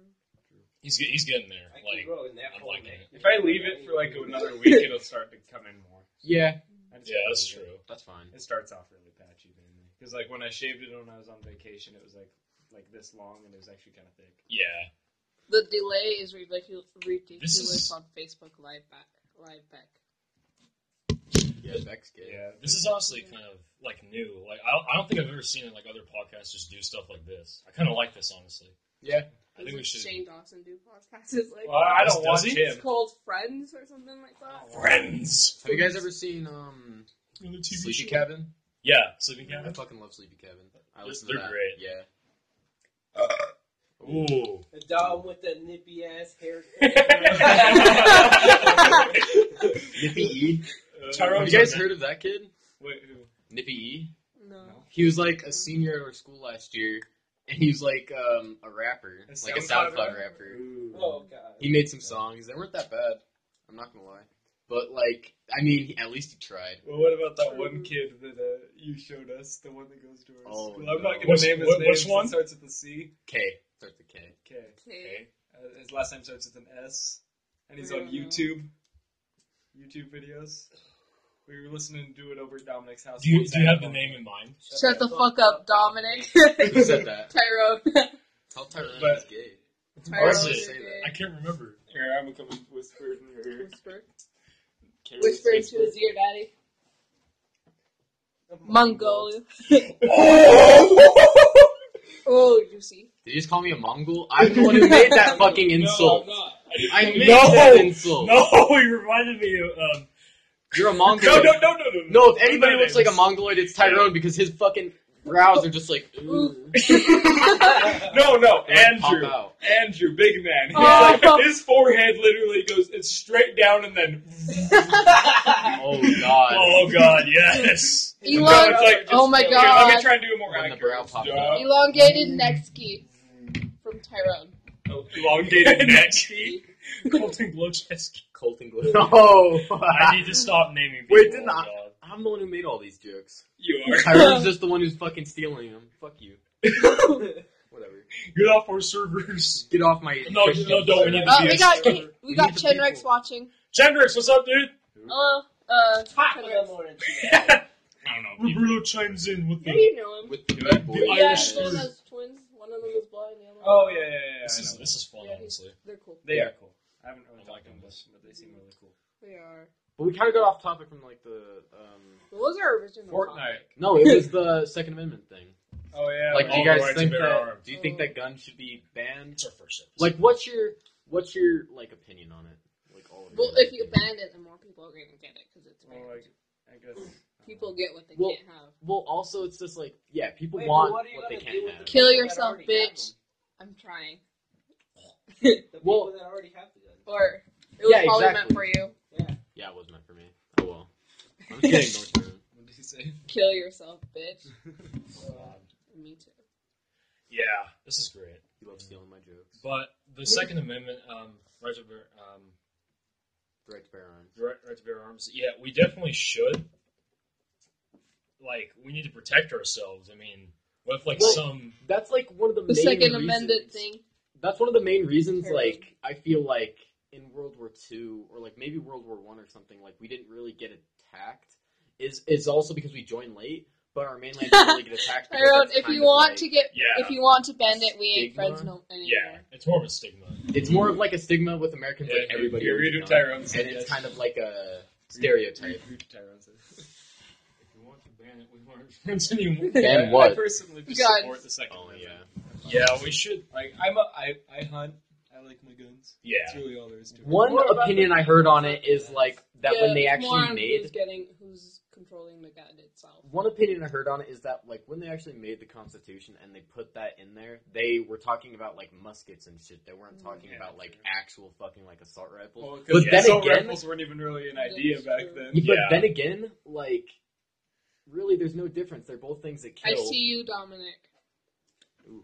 S1: He's get- he's getting there.
S5: I keep
S1: Like
S5: growing that
S1: I'm
S5: whole
S1: liking
S5: neck.
S1: it.
S3: If I leave it for like another week, it'll start to come in more.
S4: Yeah,
S3: I just
S1: yeah,
S3: gotta
S1: that's
S3: leave it.
S1: true.
S4: that's fine.
S3: It starts off really patchy, mainly because like when I shaved it when I was on vacation, it was like like this long and it was actually kind of thick.
S1: Yeah.
S2: The delay is ridiculous, ridiculous
S1: is-
S2: on Facebook Live back. Live back.
S4: Yeah, Beck's good.
S3: Yeah,
S1: This is honestly kind of like new. Like I don't, I don't think I've ever seen it like other podcasts just do stuff like this. I kind of like this honestly.
S4: Yeah.
S1: I think we
S2: Doesn't
S1: should-
S2: Shane Dawson do podcasts. It's like
S3: Well, I don't
S1: Does
S3: watch
S1: he?
S2: it's
S3: him.
S2: called Friends or something like that.
S1: Oh, Friends.
S4: Have you guys ever seen um
S1: Another TV show.
S4: Sleepy Cabin?
S1: Yeah, Sleeping
S4: I
S1: Cabin.
S4: fucking love Sleepy Cabin. I
S1: They're-
S4: listen
S1: they're
S4: to that.
S1: great.
S4: Yeah.
S1: Ooh.
S5: The dog with the nippy ass hair.
S4: Nippy E.
S1: Tyrone-
S4: Have you guys heard of that kid?
S3: Wait, Uh, who?
S4: Nippy E.
S2: No.
S4: He was like a senior at our school last year, and he was like um, a rapper,
S3: A
S4: like a
S3: SoundCloud
S4: SoundCloud
S3: rapper?
S4: rapper.
S5: oh god.
S4: He made some songs. They weren't that bad. I'm not gonna lie, but like, I mean, he- at least he tried.
S3: Well, what about that one kid that uh, you showed us? The one that goes to our
S4: Oh,
S3: school.
S4: no.
S3: I'm not gonna
S1: Which-
S3: name his
S1: which
S3: name. so
S1: one?
S3: It starts with a C.
S4: K starts with K.
S3: Okay.
S2: Okay.
S3: Uh, his last name starts with an S, and he's
S2: I
S3: on
S2: don't know.
S3: YouTube. YouTube videos. We were listening to it over at Dominic's house.
S1: Do you,
S3: once
S1: do you have
S3: at
S1: the
S3: home.
S1: name in mind?
S2: Shut the fuck up, Dominic.
S4: Who said that?
S2: Tyrone.
S4: Tell Tyrone
S3: But-
S4: he's gay.
S2: Tyrone
S1: Honestly,
S2: is
S4: say that.
S1: I can't remember.
S3: Here, I'm gonna come and whisper it in your ear.
S2: Whisper.
S3: Carrie's
S2: Whisper
S3: whisper.
S2: into his ear, daddy.
S5: Mongol.
S2: Mongolia.
S1: Oh!
S2: oh, juicy.
S4: Did you just call me a Mongol? I'm the one who made that fucking insult.
S3: No, I'm not.
S4: I made
S1: No!
S4: that insult.
S1: no, he reminded me of. Um,
S4: You're a Mongol.
S1: no, no, no, no, no,
S4: No, if anybody
S1: No
S4: looks like a
S1: names.
S4: mongoloid, it's Tyrone because his fucking brows are just like ooh,
S3: No, no,
S4: They, like,
S3: Andrew.
S4: pop out.
S3: Andrew, big man. He's
S2: Oh.
S3: like, his forehead literally goes it's straight down and then.
S4: Oh god.
S1: Oh God, yes.
S2: Elon.
S3: No, it's like-
S2: oh my
S3: Here, let me
S2: god.
S3: try and do a more
S4: When the
S3: accurate.
S4: brow pops
S3: Yeah.
S4: up.
S2: Elongated neck ski from Tyrone.
S3: Oh,
S1: Elongated neck. Colton Glocheski.
S4: Colton Glover. No.
S1: I need to stop naming people.
S4: Wait, didn't
S1: oh,
S4: I-
S1: God.
S4: I'm the one who made all these jokes.
S3: You are.
S4: Tyrone's just the one who's fucking stealing them. Fuck you. Whatever.
S1: Get off our servers.
S4: Get off my.
S1: No, no, don't. We need to
S2: Uh,
S1: be
S2: we
S1: a
S2: got
S1: server.
S2: we
S4: Oh, We
S2: got
S4: need the
S2: Chenrex
S4: people.
S2: watching.
S1: Chendrix, what's up, dude?
S2: Uh, uh,
S5: Hot in the
S2: Chenrex.
S5: morning.
S1: I don't know. Roberto chimes in with
S2: Yeah,
S1: the.
S2: you know him.
S4: With the big boy.
S1: The
S2: yeah,
S1: Irish
S2: he's the one
S1: dude.
S2: that's twins. One of them is blind. The other one-
S3: Oh yeah, yeah, yeah. yeah
S1: This
S3: I
S1: is
S3: know.
S1: this is fun, honestly.
S2: They're cool.
S3: They are cool. I haven't really
S1: I
S3: talked
S1: like
S3: to
S1: them.
S3: them much, but they seem really cool.
S2: They are.
S4: But we kind of got off topic from like the. Um...
S2: What was our original? topic?
S3: Fortnite.
S4: No, it was the Second Amendment thing.
S3: Oh yeah.
S4: Like, do
S1: all
S4: you
S1: the
S4: guys
S1: rights
S4: think
S1: of bear
S4: that?
S1: arms.
S4: Do you think that guns should be banned?
S1: It's our first episode.
S4: Like, what's your what's your like opinion on it? Like all of
S2: Well,
S4: your
S2: if you ban it, then more people are gonna get it because it's
S3: Well,
S2: banned.
S3: like, I guess.
S2: people get what they
S4: Oh, Well-
S2: can't have.
S4: Well, also it's just like yeah, people
S5: Wait, but
S4: want
S5: what
S4: what,
S5: are you
S4: they
S5: gonna
S4: can't
S5: do with the
S4: have.
S2: Kill
S5: people that
S2: yourself,
S5: already have
S2: bitch. I'm trying.
S5: them? The
S4: Well-
S5: people that already have the gun.
S2: Or it was
S4: Yeah,
S2: probably meant
S4: exactly.
S2: for you.
S4: Yeah, it was meant for me. Oh well. I'm just kidding.
S3: What did he say?
S2: Kill yourself, bitch.
S1: Oh, God.
S4: Mm.
S2: Me too.
S1: yeah, this is great.
S4: You love stealing my jokes.
S1: But the Second Amendment, um, right to bear, um,
S4: Direct bear arms.
S1: right, right to bear arms. Yeah, we definitely should. Like, we need to protect ourselves. I mean, what if like
S4: Well-
S1: some?
S4: That's like one of the,
S2: The
S4: main
S2: second
S4: reasons,
S2: amended thing.
S4: That's one of the main reasons.
S2: Terrible.
S4: Like I feel like in World War Two or like maybe World War One or something, like we didn't really get attacked. Is is also because we joined late, but our mainland didn't really get attacked. because
S2: Tyrone,
S4: it's
S2: if
S4: kind
S2: you
S4: of
S2: want
S4: like-
S2: to get,
S1: Yeah,
S2: if you want to bend it, we ain't
S4: Stigma?
S2: friends no anymore.
S1: yeah, it's more of a stigma.
S4: It's more of like a stigma with Americans, like everybody.
S3: You
S4: already
S3: read
S4: knows.
S3: what Tyrone said.
S4: and it's kind of like a stereotype.
S3: Who Tyrone says.
S1: If you want to ban it, we weren't friends anymore.
S4: Ban
S3: I- I
S4: what?
S3: personally just
S2: Guns.
S3: support the second.
S4: Oh,
S3: Amendment.
S1: yeah, we should.
S3: Like I'm a I I hunt. I like my guns. That's
S1: Yeah.
S3: really all there is to it.
S4: One
S1: What about
S4: opinion I heard on it is like that
S2: Yeah,
S4: when they
S2: it's more
S4: actually
S2: on
S4: made
S2: who's getting who's controlling the gun itself.
S4: One opinion I heard on it is that like when they actually made the Constitution and they put that in there, they were talking about like muskets and shit. They weren't talking
S3: Mm, Yeah,
S4: about like
S3: true.
S4: actual fucking like assault rifles.
S3: Well,
S4: But
S3: because
S4: then
S3: assault
S4: again-
S3: rifles weren't even really an
S2: That
S3: idea
S2: is
S3: back
S2: true.
S3: then.
S4: Yeah, But
S1: Yeah.
S4: then again, like really, there's no difference. They're both things that
S2: I
S4: kill.
S2: see you, Dominic.
S4: Ooh.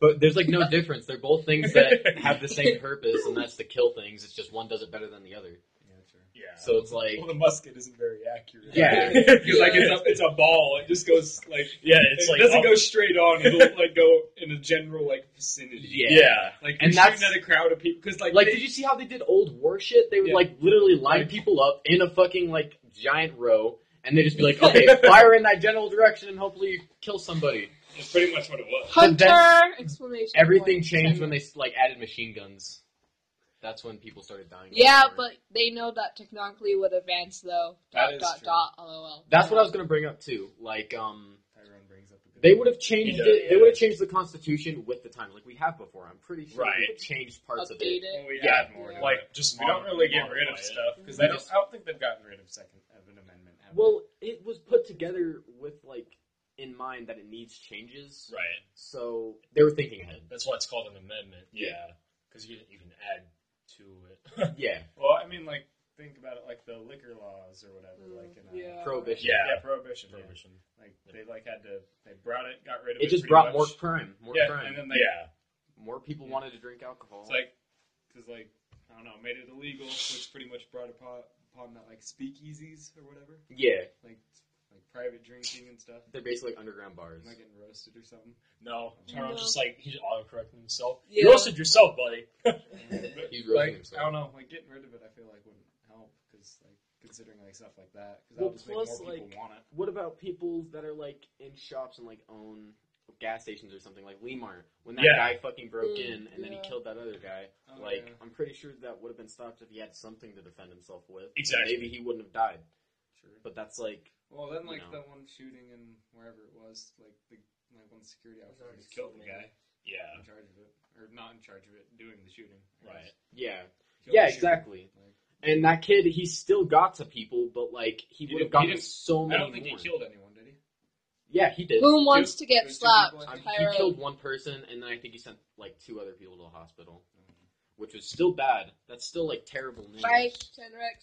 S4: But there's like no difference. They're both things that have the same purpose, and that's to kill things. It's just one does it better than the other.
S3: Yeah, true.
S1: Yeah.
S4: So it's like
S3: Well, the musket isn't very accurate.
S4: Yeah.
S3: because like it's a, it's a ball. It just goes like
S1: yeah,
S3: it
S1: it's like
S3: doesn't
S1: up-
S3: go straight on. It'll like go in a general like vicinity.
S4: yeah.
S1: yeah.
S3: Like
S4: And
S3: and
S4: that's-
S3: shooting at a crowd of people because like,
S4: Like,
S3: they-
S4: did you see how they did old war shit? They would
S3: Yeah.
S4: like literally line
S3: Like-
S4: people up in a fucking like giant row, and they just be like, "Okay, fire in that general direction and hopefully you kill somebody."
S1: It's pretty much what it was.
S4: But
S2: Hunter!
S4: then-
S2: Exclamation
S4: Everything
S2: point.
S4: changed when they like added machine guns. That's when people started dying.
S2: Yeah,
S4: more.
S2: but they know that technologically would advance though.
S3: That
S2: Dot
S3: is
S2: dot
S3: true.
S2: dot. Lol.
S4: that's what I was gonna bring up too. Like, um,
S3: Tyrone brings up a good
S4: they would have changed
S1: Yeah.
S4: it. They would have changed the constitution with the time, like we have before. I'm pretty sure
S1: Right.
S4: we have changed parts of
S2: Update
S4: it.
S2: it.
S3: Well, Oh, we
S4: Yeah.
S3: add more to
S1: Like,
S3: it.
S1: just
S3: we don't
S1: mod-
S3: really get rid of
S1: modify it.
S3: stuff because
S4: We
S3: I don't.
S4: just-
S3: I don't think they've gotten rid of second of an amendment. have they?
S4: Well, it was put together with like in mind that it needs changes.
S1: Right.
S4: So they were thinking ahead.
S1: That's why it's called an amendment.
S4: Yeah.
S1: Because you didn't even add to it.
S4: Yeah,
S3: well, I mean, like think about it, like the liquor laws or whatever,
S2: Mm,
S3: like in uh,
S2: yeah.
S4: prohibition.
S1: Yeah.
S3: yeah, prohibition. yeah.
S1: Prohibition.
S3: Like they like had to they brought it, got rid of it.
S4: It just
S3: pretty
S4: brought more
S3: much.
S4: crime, more
S3: yeah,
S4: crime.
S3: and then they
S1: Yeah.
S4: more people
S3: Yeah.
S4: wanted to drink alcohol.
S3: It's like, because like I don't know, made it illegal, which pretty much brought upon, upon that like speakeasies or whatever,
S4: yeah,
S3: like like private drinking and stuff.
S4: they're basically underground bars.
S3: Am I getting roasted or something?
S1: No.
S2: No.
S1: Tyrone's just like, he's autocorrecting himself.
S2: Yeah.
S1: You roasted yourself, buddy.
S3: But,
S4: He's roasting
S3: like
S4: himself.
S3: I don't know, like getting rid of it, I feel like wouldn't help because like considering like stuff like that, because that'll
S4: Well,
S3: just make more
S4: plus,
S3: people
S4: like-
S3: want it.
S4: What about people that are like in shops and like own gas stations or something, like Lemar? When that
S1: Yeah.
S4: guy fucking broke
S2: Mm,
S4: in and then he
S2: yeah.
S4: killed that other guy,
S3: Oh,
S4: like
S3: yeah,
S4: I'm pretty sure that would have been stopped if he had something to defend himself with.
S1: Exactly.
S4: Maybe he wouldn't have died.
S3: sure.
S4: But that's like
S3: Well, then
S4: you
S3: like
S4: know.
S3: that one shooting in wherever it was, like the like when the security
S5: was
S3: officer
S5: already
S3: just killed the
S5: killed,
S3: guy
S1: Yeah.
S3: in charge of it, or not in charge of it, doing the shooting. I
S1: Right.
S3: guess.
S4: yeah,
S3: Killed
S4: yeah,
S3: the shooter.
S4: exactly.
S3: Like,
S4: And that kid, he still got to people, but like he,
S3: He
S4: would have
S3: didn't- he
S4: gotten
S3: didn't-
S4: so
S3: I
S4: many
S3: don't think
S4: more.
S3: he killed anyone, did he?
S4: yeah, he did.
S2: Who wants to get
S3: there's two
S2: slapped?
S3: people, I
S4: Um,
S3: think.
S4: he
S2: Pyro.
S4: killed one person, and then I think he sent like two other people to the hospital, which was still bad. That's still like terrible news.
S2: Bye, Tenrex.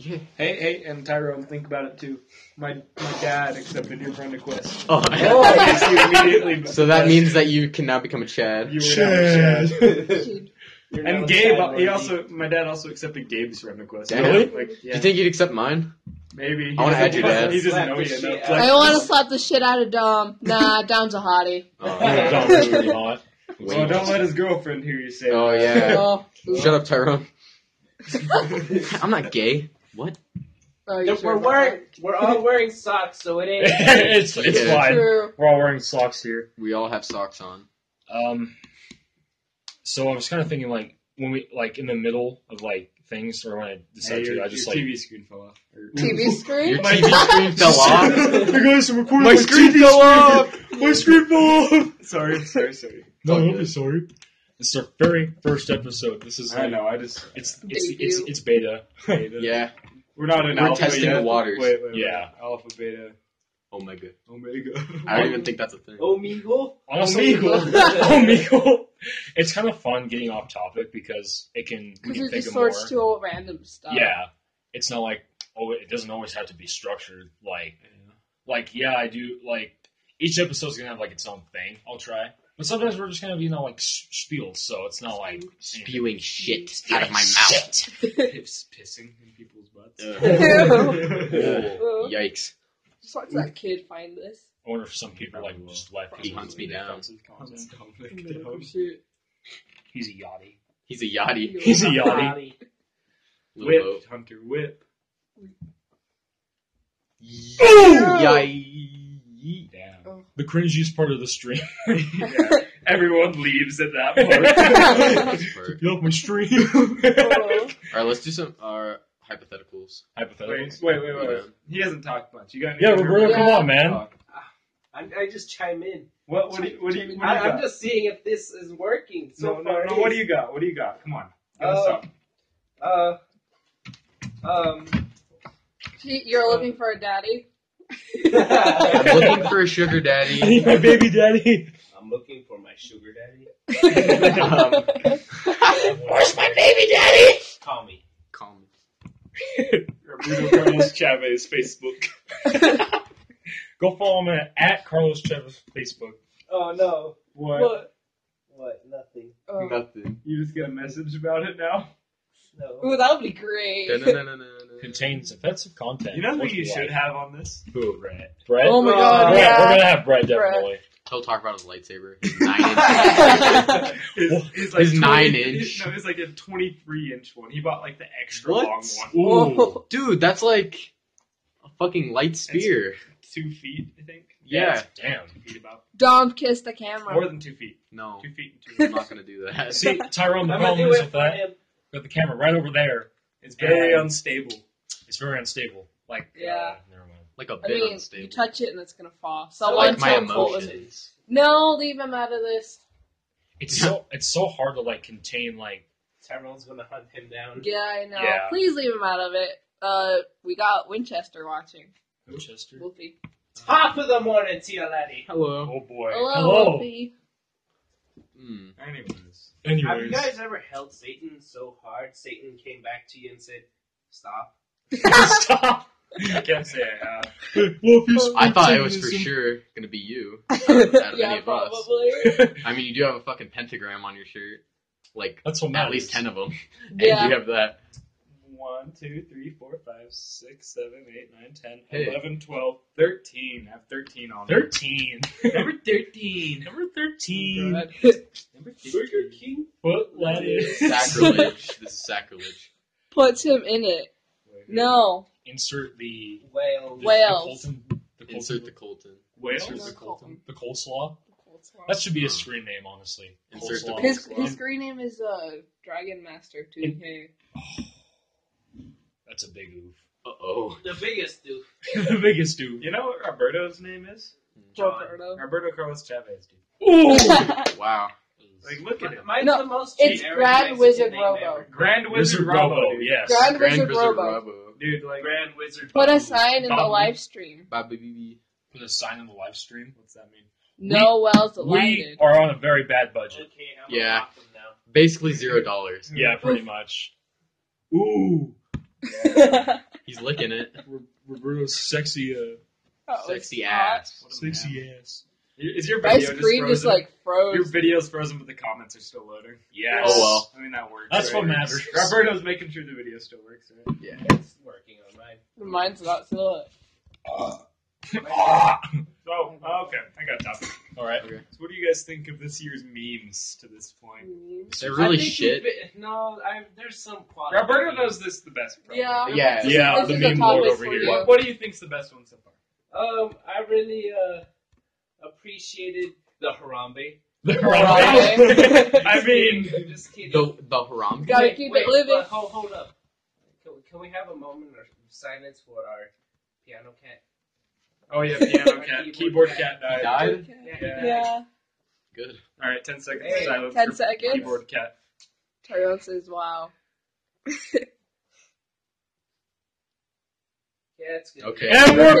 S4: Yeah.
S3: Hey, hey, and Tyrone, think about it too. My my dad accepted your friend request.
S4: Oh.
S2: yes, you
S3: immediately-
S4: so that means that you can now become a Chad.
S3: You
S1: Chad.
S5: You're not
S3: and
S5: a
S3: Gabe,
S5: sad
S3: he
S5: lady.
S3: also, my dad also accepted Gabe's friend request.
S4: Damn.
S3: Really? Like,
S4: Do
S3: yeah,
S4: you think you'd accept mine?
S3: maybe.
S4: I wanna
S3: He
S4: add your
S3: doesn't-
S4: dad.
S3: He doesn't
S5: Slap
S3: know
S5: the
S3: yet.
S5: shit
S3: No,
S5: out
S3: like,
S2: I want to slap the shit out of Dom. Nah, Dom's a hottie.
S1: I don't really not.
S3: Well, don't let his girlfriend hear you say.
S4: Oh,
S3: that.
S4: yeah.
S2: Oh, oops.
S4: Shut up, Tyrone. Oh. I'm not gay. What?
S2: Oh, you
S5: Dude,
S2: sure
S5: we're
S2: about
S5: wearing, we're all wearing socks, so it ain't.
S1: it's it's
S4: Yeah.
S2: that?
S1: fine.
S2: True.
S1: We're all wearing socks here.
S4: We all have socks on.
S1: Um, so I was kind of thinking, like, when we, like, in the middle of, like, things, or when I
S3: Hey,
S1: decided
S3: your,
S1: to, I
S3: your
S1: just, like,
S3: TV screen fell off. Or-
S2: TV screen?
S4: Your TV screen fell off.
S1: guys, I'm recording
S4: My screen
S1: TV
S4: fell off.
S1: My screen fell off!
S3: sorry, sorry, sorry.
S1: No,
S4: Oh,
S1: don't be
S4: good.
S1: sorry. It's our very first episode. This is
S3: I
S1: like,
S3: know. I just
S1: it's it's,
S2: Debut.
S1: it's it's beta.
S4: Yeah.
S3: we're not in
S4: We're
S3: alpha
S4: testing
S3: yet.
S4: the waters.
S3: Wait, wait, wait.
S1: Yeah.
S3: Alpha, beta,
S4: Oh my god.
S3: omega.
S4: I don't even think that's a thing.
S5: oh, mijo.
S1: Honestly,
S5: Omegle.
S1: Omegle. It's kind of fun getting off topic because it can we
S2: Because
S1: can
S2: it
S1: think
S2: just
S1: of more.
S2: sorts to all random stuff.
S1: Yeah, it's not like oh, it doesn't always have to be structured. Like like yeah, I do like each episode's gonna have like its own thing. I'll try, but sometimes we're just gonna be you know like s- spiel, so it's not like
S4: Spewing shit
S1: anything-
S4: out of my mouth.
S1: Shit.
S3: Pips pissing in people's butts.
S2: Ew.
S4: Yikes.
S2: Just watch that kid find this.
S1: I wonder if some people like just left.
S4: He hunts me down.
S2: Shoot.
S1: He's a yachty.
S4: He's a yachty.
S1: He's a yachty.
S4: Little boat.
S3: Whip, Hunter, whip.
S1: Ooh!
S4: Yay.
S3: Yeet.
S1: Damn.
S2: Oh.
S1: The cringiest part of the stream.
S3: yeah. Everyone leaves at that
S4: That's
S3: point.
S4: smart.
S1: You off my stream.
S2: Oh.
S4: All right, let's do some uh, hypotheticals.
S3: wait,
S1: Hypotheticals.
S3: wait, wait, wait. He hasn't talked much. You got any
S1: Yeah,
S3: other
S1: Roberto, come
S2: Yeah.
S1: on, man.
S3: talk?
S5: I, I just chime in.
S3: What, what do you, what
S2: Oh
S3: do you, what do you
S5: I,
S3: got?
S5: I'm just seeing if this is working. So
S3: no,
S5: far
S3: no, no.
S5: it
S3: What
S5: is.
S3: do you got? What do you got? Come on. Give us
S5: Uh,
S3: something.
S5: Uh, um,
S2: He- You're looking for a daddy?
S4: I'm looking for a sugar daddy.
S1: I need my baby daddy.
S5: I'm looking for my sugar daddy.
S4: Um,
S5: Where's my baby daddy? Call me.
S4: Call me.
S3: Roberto Carlos Chavez Facebook.
S1: Go follow me at Carlos Chavez Facebook.
S5: Oh no.
S3: What?
S5: What? Nothing.
S2: Oh.
S4: Nothing.
S3: You just get a message about it now?
S5: No.
S2: Ooh, that would be great.
S4: Da-na-na-na-na-na.
S1: Contains offensive content.
S3: You know who
S1: Which
S3: you
S1: we
S3: should
S1: like.
S3: have on this?
S1: Who? Brett. Brett?
S2: Oh my god,
S1: Brett. We're
S2: yeah.
S1: gonna have Brett
S2: Brett.
S1: definitely.
S4: He'll talk about his lightsaber. His nine inch.
S3: He's, he's like 20
S4: His nine
S3: he's-
S4: inch.
S3: No, it's like a 23 inch one. He bought like the extra
S4: What?
S3: long one.
S2: Oh.
S4: Dude, that's like a fucking light spear.
S3: Two feet, I think.
S4: Yeah.
S3: it's
S1: Damn.
S3: two feet about.
S2: Dom kissed the
S3: More
S2: camera.
S3: than two feet.
S4: No,
S3: Two feet and two
S4: I'm
S3: inches.
S4: not gonna do that.
S1: See, Tyrone, the
S5: I'm gonna
S1: problem
S5: do
S1: is
S5: it
S1: with
S5: for
S1: that,
S5: him.
S1: with the camera right over there,
S3: It's very
S1: Yeah.
S3: unstable.
S1: it's very unstable. Like, uh,
S2: Yeah.
S1: never mind.
S4: like a
S2: I
S4: bit
S2: mean,
S4: unstable.
S2: you touch it and it's gonna fall.
S5: I
S2: So like
S5: like
S4: like
S5: my
S4: my
S5: Tom Bolton.
S4: emotions.
S2: No, leave him out of this.
S1: It's so it's so hard to like contain like
S5: Tyrone's gonna hunt him down.
S2: Yeah, I know.
S1: Yeah.
S2: Please leave him out of it. Uh, we got Winchester watching.
S1: Winchester.
S2: Wolfie.
S5: Top of the morning, Tia Lady.
S4: Hello.
S3: Oh boy.
S2: Hello,
S1: Hello.
S2: Wolfie.
S4: Mm.
S3: Anyways.
S5: Have you
S1: Anyways,
S5: guys ever held Satan so hard Satan came back to you and said, "Stop"?
S1: stop.
S3: I can't say I have.
S1: Wolfie's
S4: I thought it was for
S1: Satanism.
S4: sure gonna be you. Out of, out of any
S2: yeah,
S4: of us.
S2: probably.
S4: I mean, you do have a fucking pentagram on your shirt. Like
S1: That's what matters.
S4: at least ten of them,
S2: yeah.
S4: and you have that.
S3: One, two, three, four, five, six, seven, eight, nine, ten,
S4: Hey.
S3: eleven, twelve, thirteen. I have thirteen on there.
S1: Thirteen.
S3: Number thirteen.
S1: Number thirteen.
S3: Oh, God. Number
S5: Burger
S3: fifteen.
S5: King.
S1: Foot lettuce.
S4: Sacrilege. this is sacrilege.
S2: Puts him in it. No.
S1: Insert the
S5: Whale.
S1: the,
S2: Whales.
S1: The Colton, the Colton,
S4: Insert the Colton.
S1: whales.
S2: No,
S1: The,
S2: Colton.
S1: the coleslaw. That should be a screen name, honestly.
S4: Insert the
S1: Coleslaw.
S2: His
S4: Coleslaw.
S2: his screen name is uh Dragon Master Two K.
S1: That's a big oof.
S4: Uh oh.
S5: The biggest dude.
S1: the biggest oof.
S3: You know what Roberto's name is? John.
S2: Roberto.
S3: Roberto Carlos Chavez, dude.
S1: Ooh.
S4: Wow.
S3: Like, look at him.
S5: Mine's
S2: No,
S5: the most
S2: it's
S5: generic
S2: Grand
S5: Mexican
S2: Wizard
S5: name
S2: Robo.
S5: ever.
S3: Grand Wizard,
S1: Wizard
S3: Robo,
S1: Robo.
S3: dude.
S1: Yes.
S2: Grand
S4: Grand
S2: Wizard
S4: Wizard
S2: Robo.
S4: Robo.
S3: Dude, like,
S5: Grand Wizard.
S2: Put a
S5: Babu.
S2: sign in the
S1: Babu.
S2: live stream.
S4: Baba Bibi.
S1: Put a sign on the live stream.
S3: what's that mean?
S2: No wells
S1: We
S2: allowed.
S1: are on a very bad budget.
S5: Okay, I'm
S4: Yeah.
S5: gonna lock him now.
S4: Basically zero dollars.
S1: Yeah, pretty much. Ooh.
S2: That
S4: He's licking it.
S1: Roberto's sexy, uh,
S2: was
S4: Sexy
S2: hot.
S4: ass.
S3: What a man.
S1: ass.
S3: Is your
S2: My
S3: video just
S2: screen
S3: frozen?
S2: just like
S3: Your
S2: froze.
S3: video's frozen, but the comments are still loading.
S1: Yes.
S4: Oh, well.
S3: I mean, that works.
S1: That's
S3: right?
S1: what matters.
S3: Roberto's making sure the video still works, right?
S4: Yeah.
S5: It's working on mine.
S2: Mine's not still up.
S1: Ah!
S3: So, oh, okay, I got topic.
S1: All right.
S4: Okay.
S3: So, what do you guys think of this year's memes to this point?
S4: They're
S5: I
S4: really
S5: think
S4: shit.
S5: you've been- no, I, there's some quality.
S3: Roberto knows this the best. Probably.
S2: Yeah.
S4: Yeah.
S2: This-
S1: Yeah,
S2: this
S1: the
S2: is a
S1: meme lord
S2: topic
S1: over
S2: for
S1: here.
S2: you.
S3: What, what do you think's the best one so far?
S5: Um, I really uh appreciated the Harambe.
S3: I mean,
S5: I'm just kidding.
S4: The the Haram.
S2: Gotta keep it living.
S5: but Hold, hold up. Can, can we have a moment of silence for our piano cat?
S3: oh yeah, piano cat,
S5: Keyboard
S3: keyboard
S5: cat.
S3: cat died.
S4: Died? I-
S2: Okay.
S3: Yeah.
S2: Yeah.
S4: Good.
S3: All right, ten seconds
S5: Hey,
S3: silence.
S2: Ten
S3: for
S2: seconds.
S3: Keyboard cat.
S2: Tyrone says, "Wow."
S5: Cat's good.
S4: Okay.
S1: And we're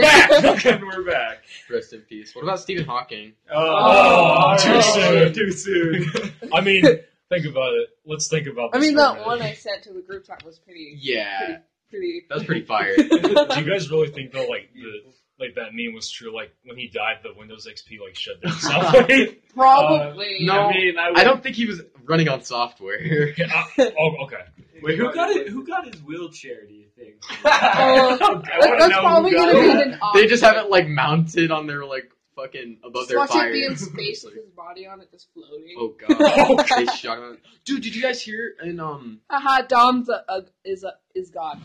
S1: back.
S3: and we're back.
S4: Rest in peace. What about Stephen Hawking?
S1: Oh,
S2: too
S1: soon.
S3: Too soon.
S1: I mean, think about it. Let's think about.
S2: I
S1: This
S2: mean,
S1: for a
S2: that
S1: minute.
S2: one I sent to the group chat was pretty,
S4: Yeah.
S2: pretty.
S4: That was pretty fire.
S1: Do you uh, guys really think that like the like that meme was true? Like when he died, the Windows XP like shut down software.
S2: Probably.
S4: No.
S3: I mean, I,
S4: I don't think he was running on software.
S1: Okay, uh, oh, okay.
S3: Wait, who got it? Who got his wheelchair? Do you think?
S2: Uh,
S3: I
S2: That,
S3: wanna
S2: that's
S3: know who
S2: probably
S3: got
S2: gonna be
S3: it.
S2: an
S4: they
S2: option.
S4: just have it like mounted on their like fucking above
S2: Just
S4: their
S2: watch
S4: fire.
S2: it be in space with his body on it, just floating.
S4: oh god. they shot him. Dude, did you guys hear in um
S2: Haha, Dom's a, a, is a, is God.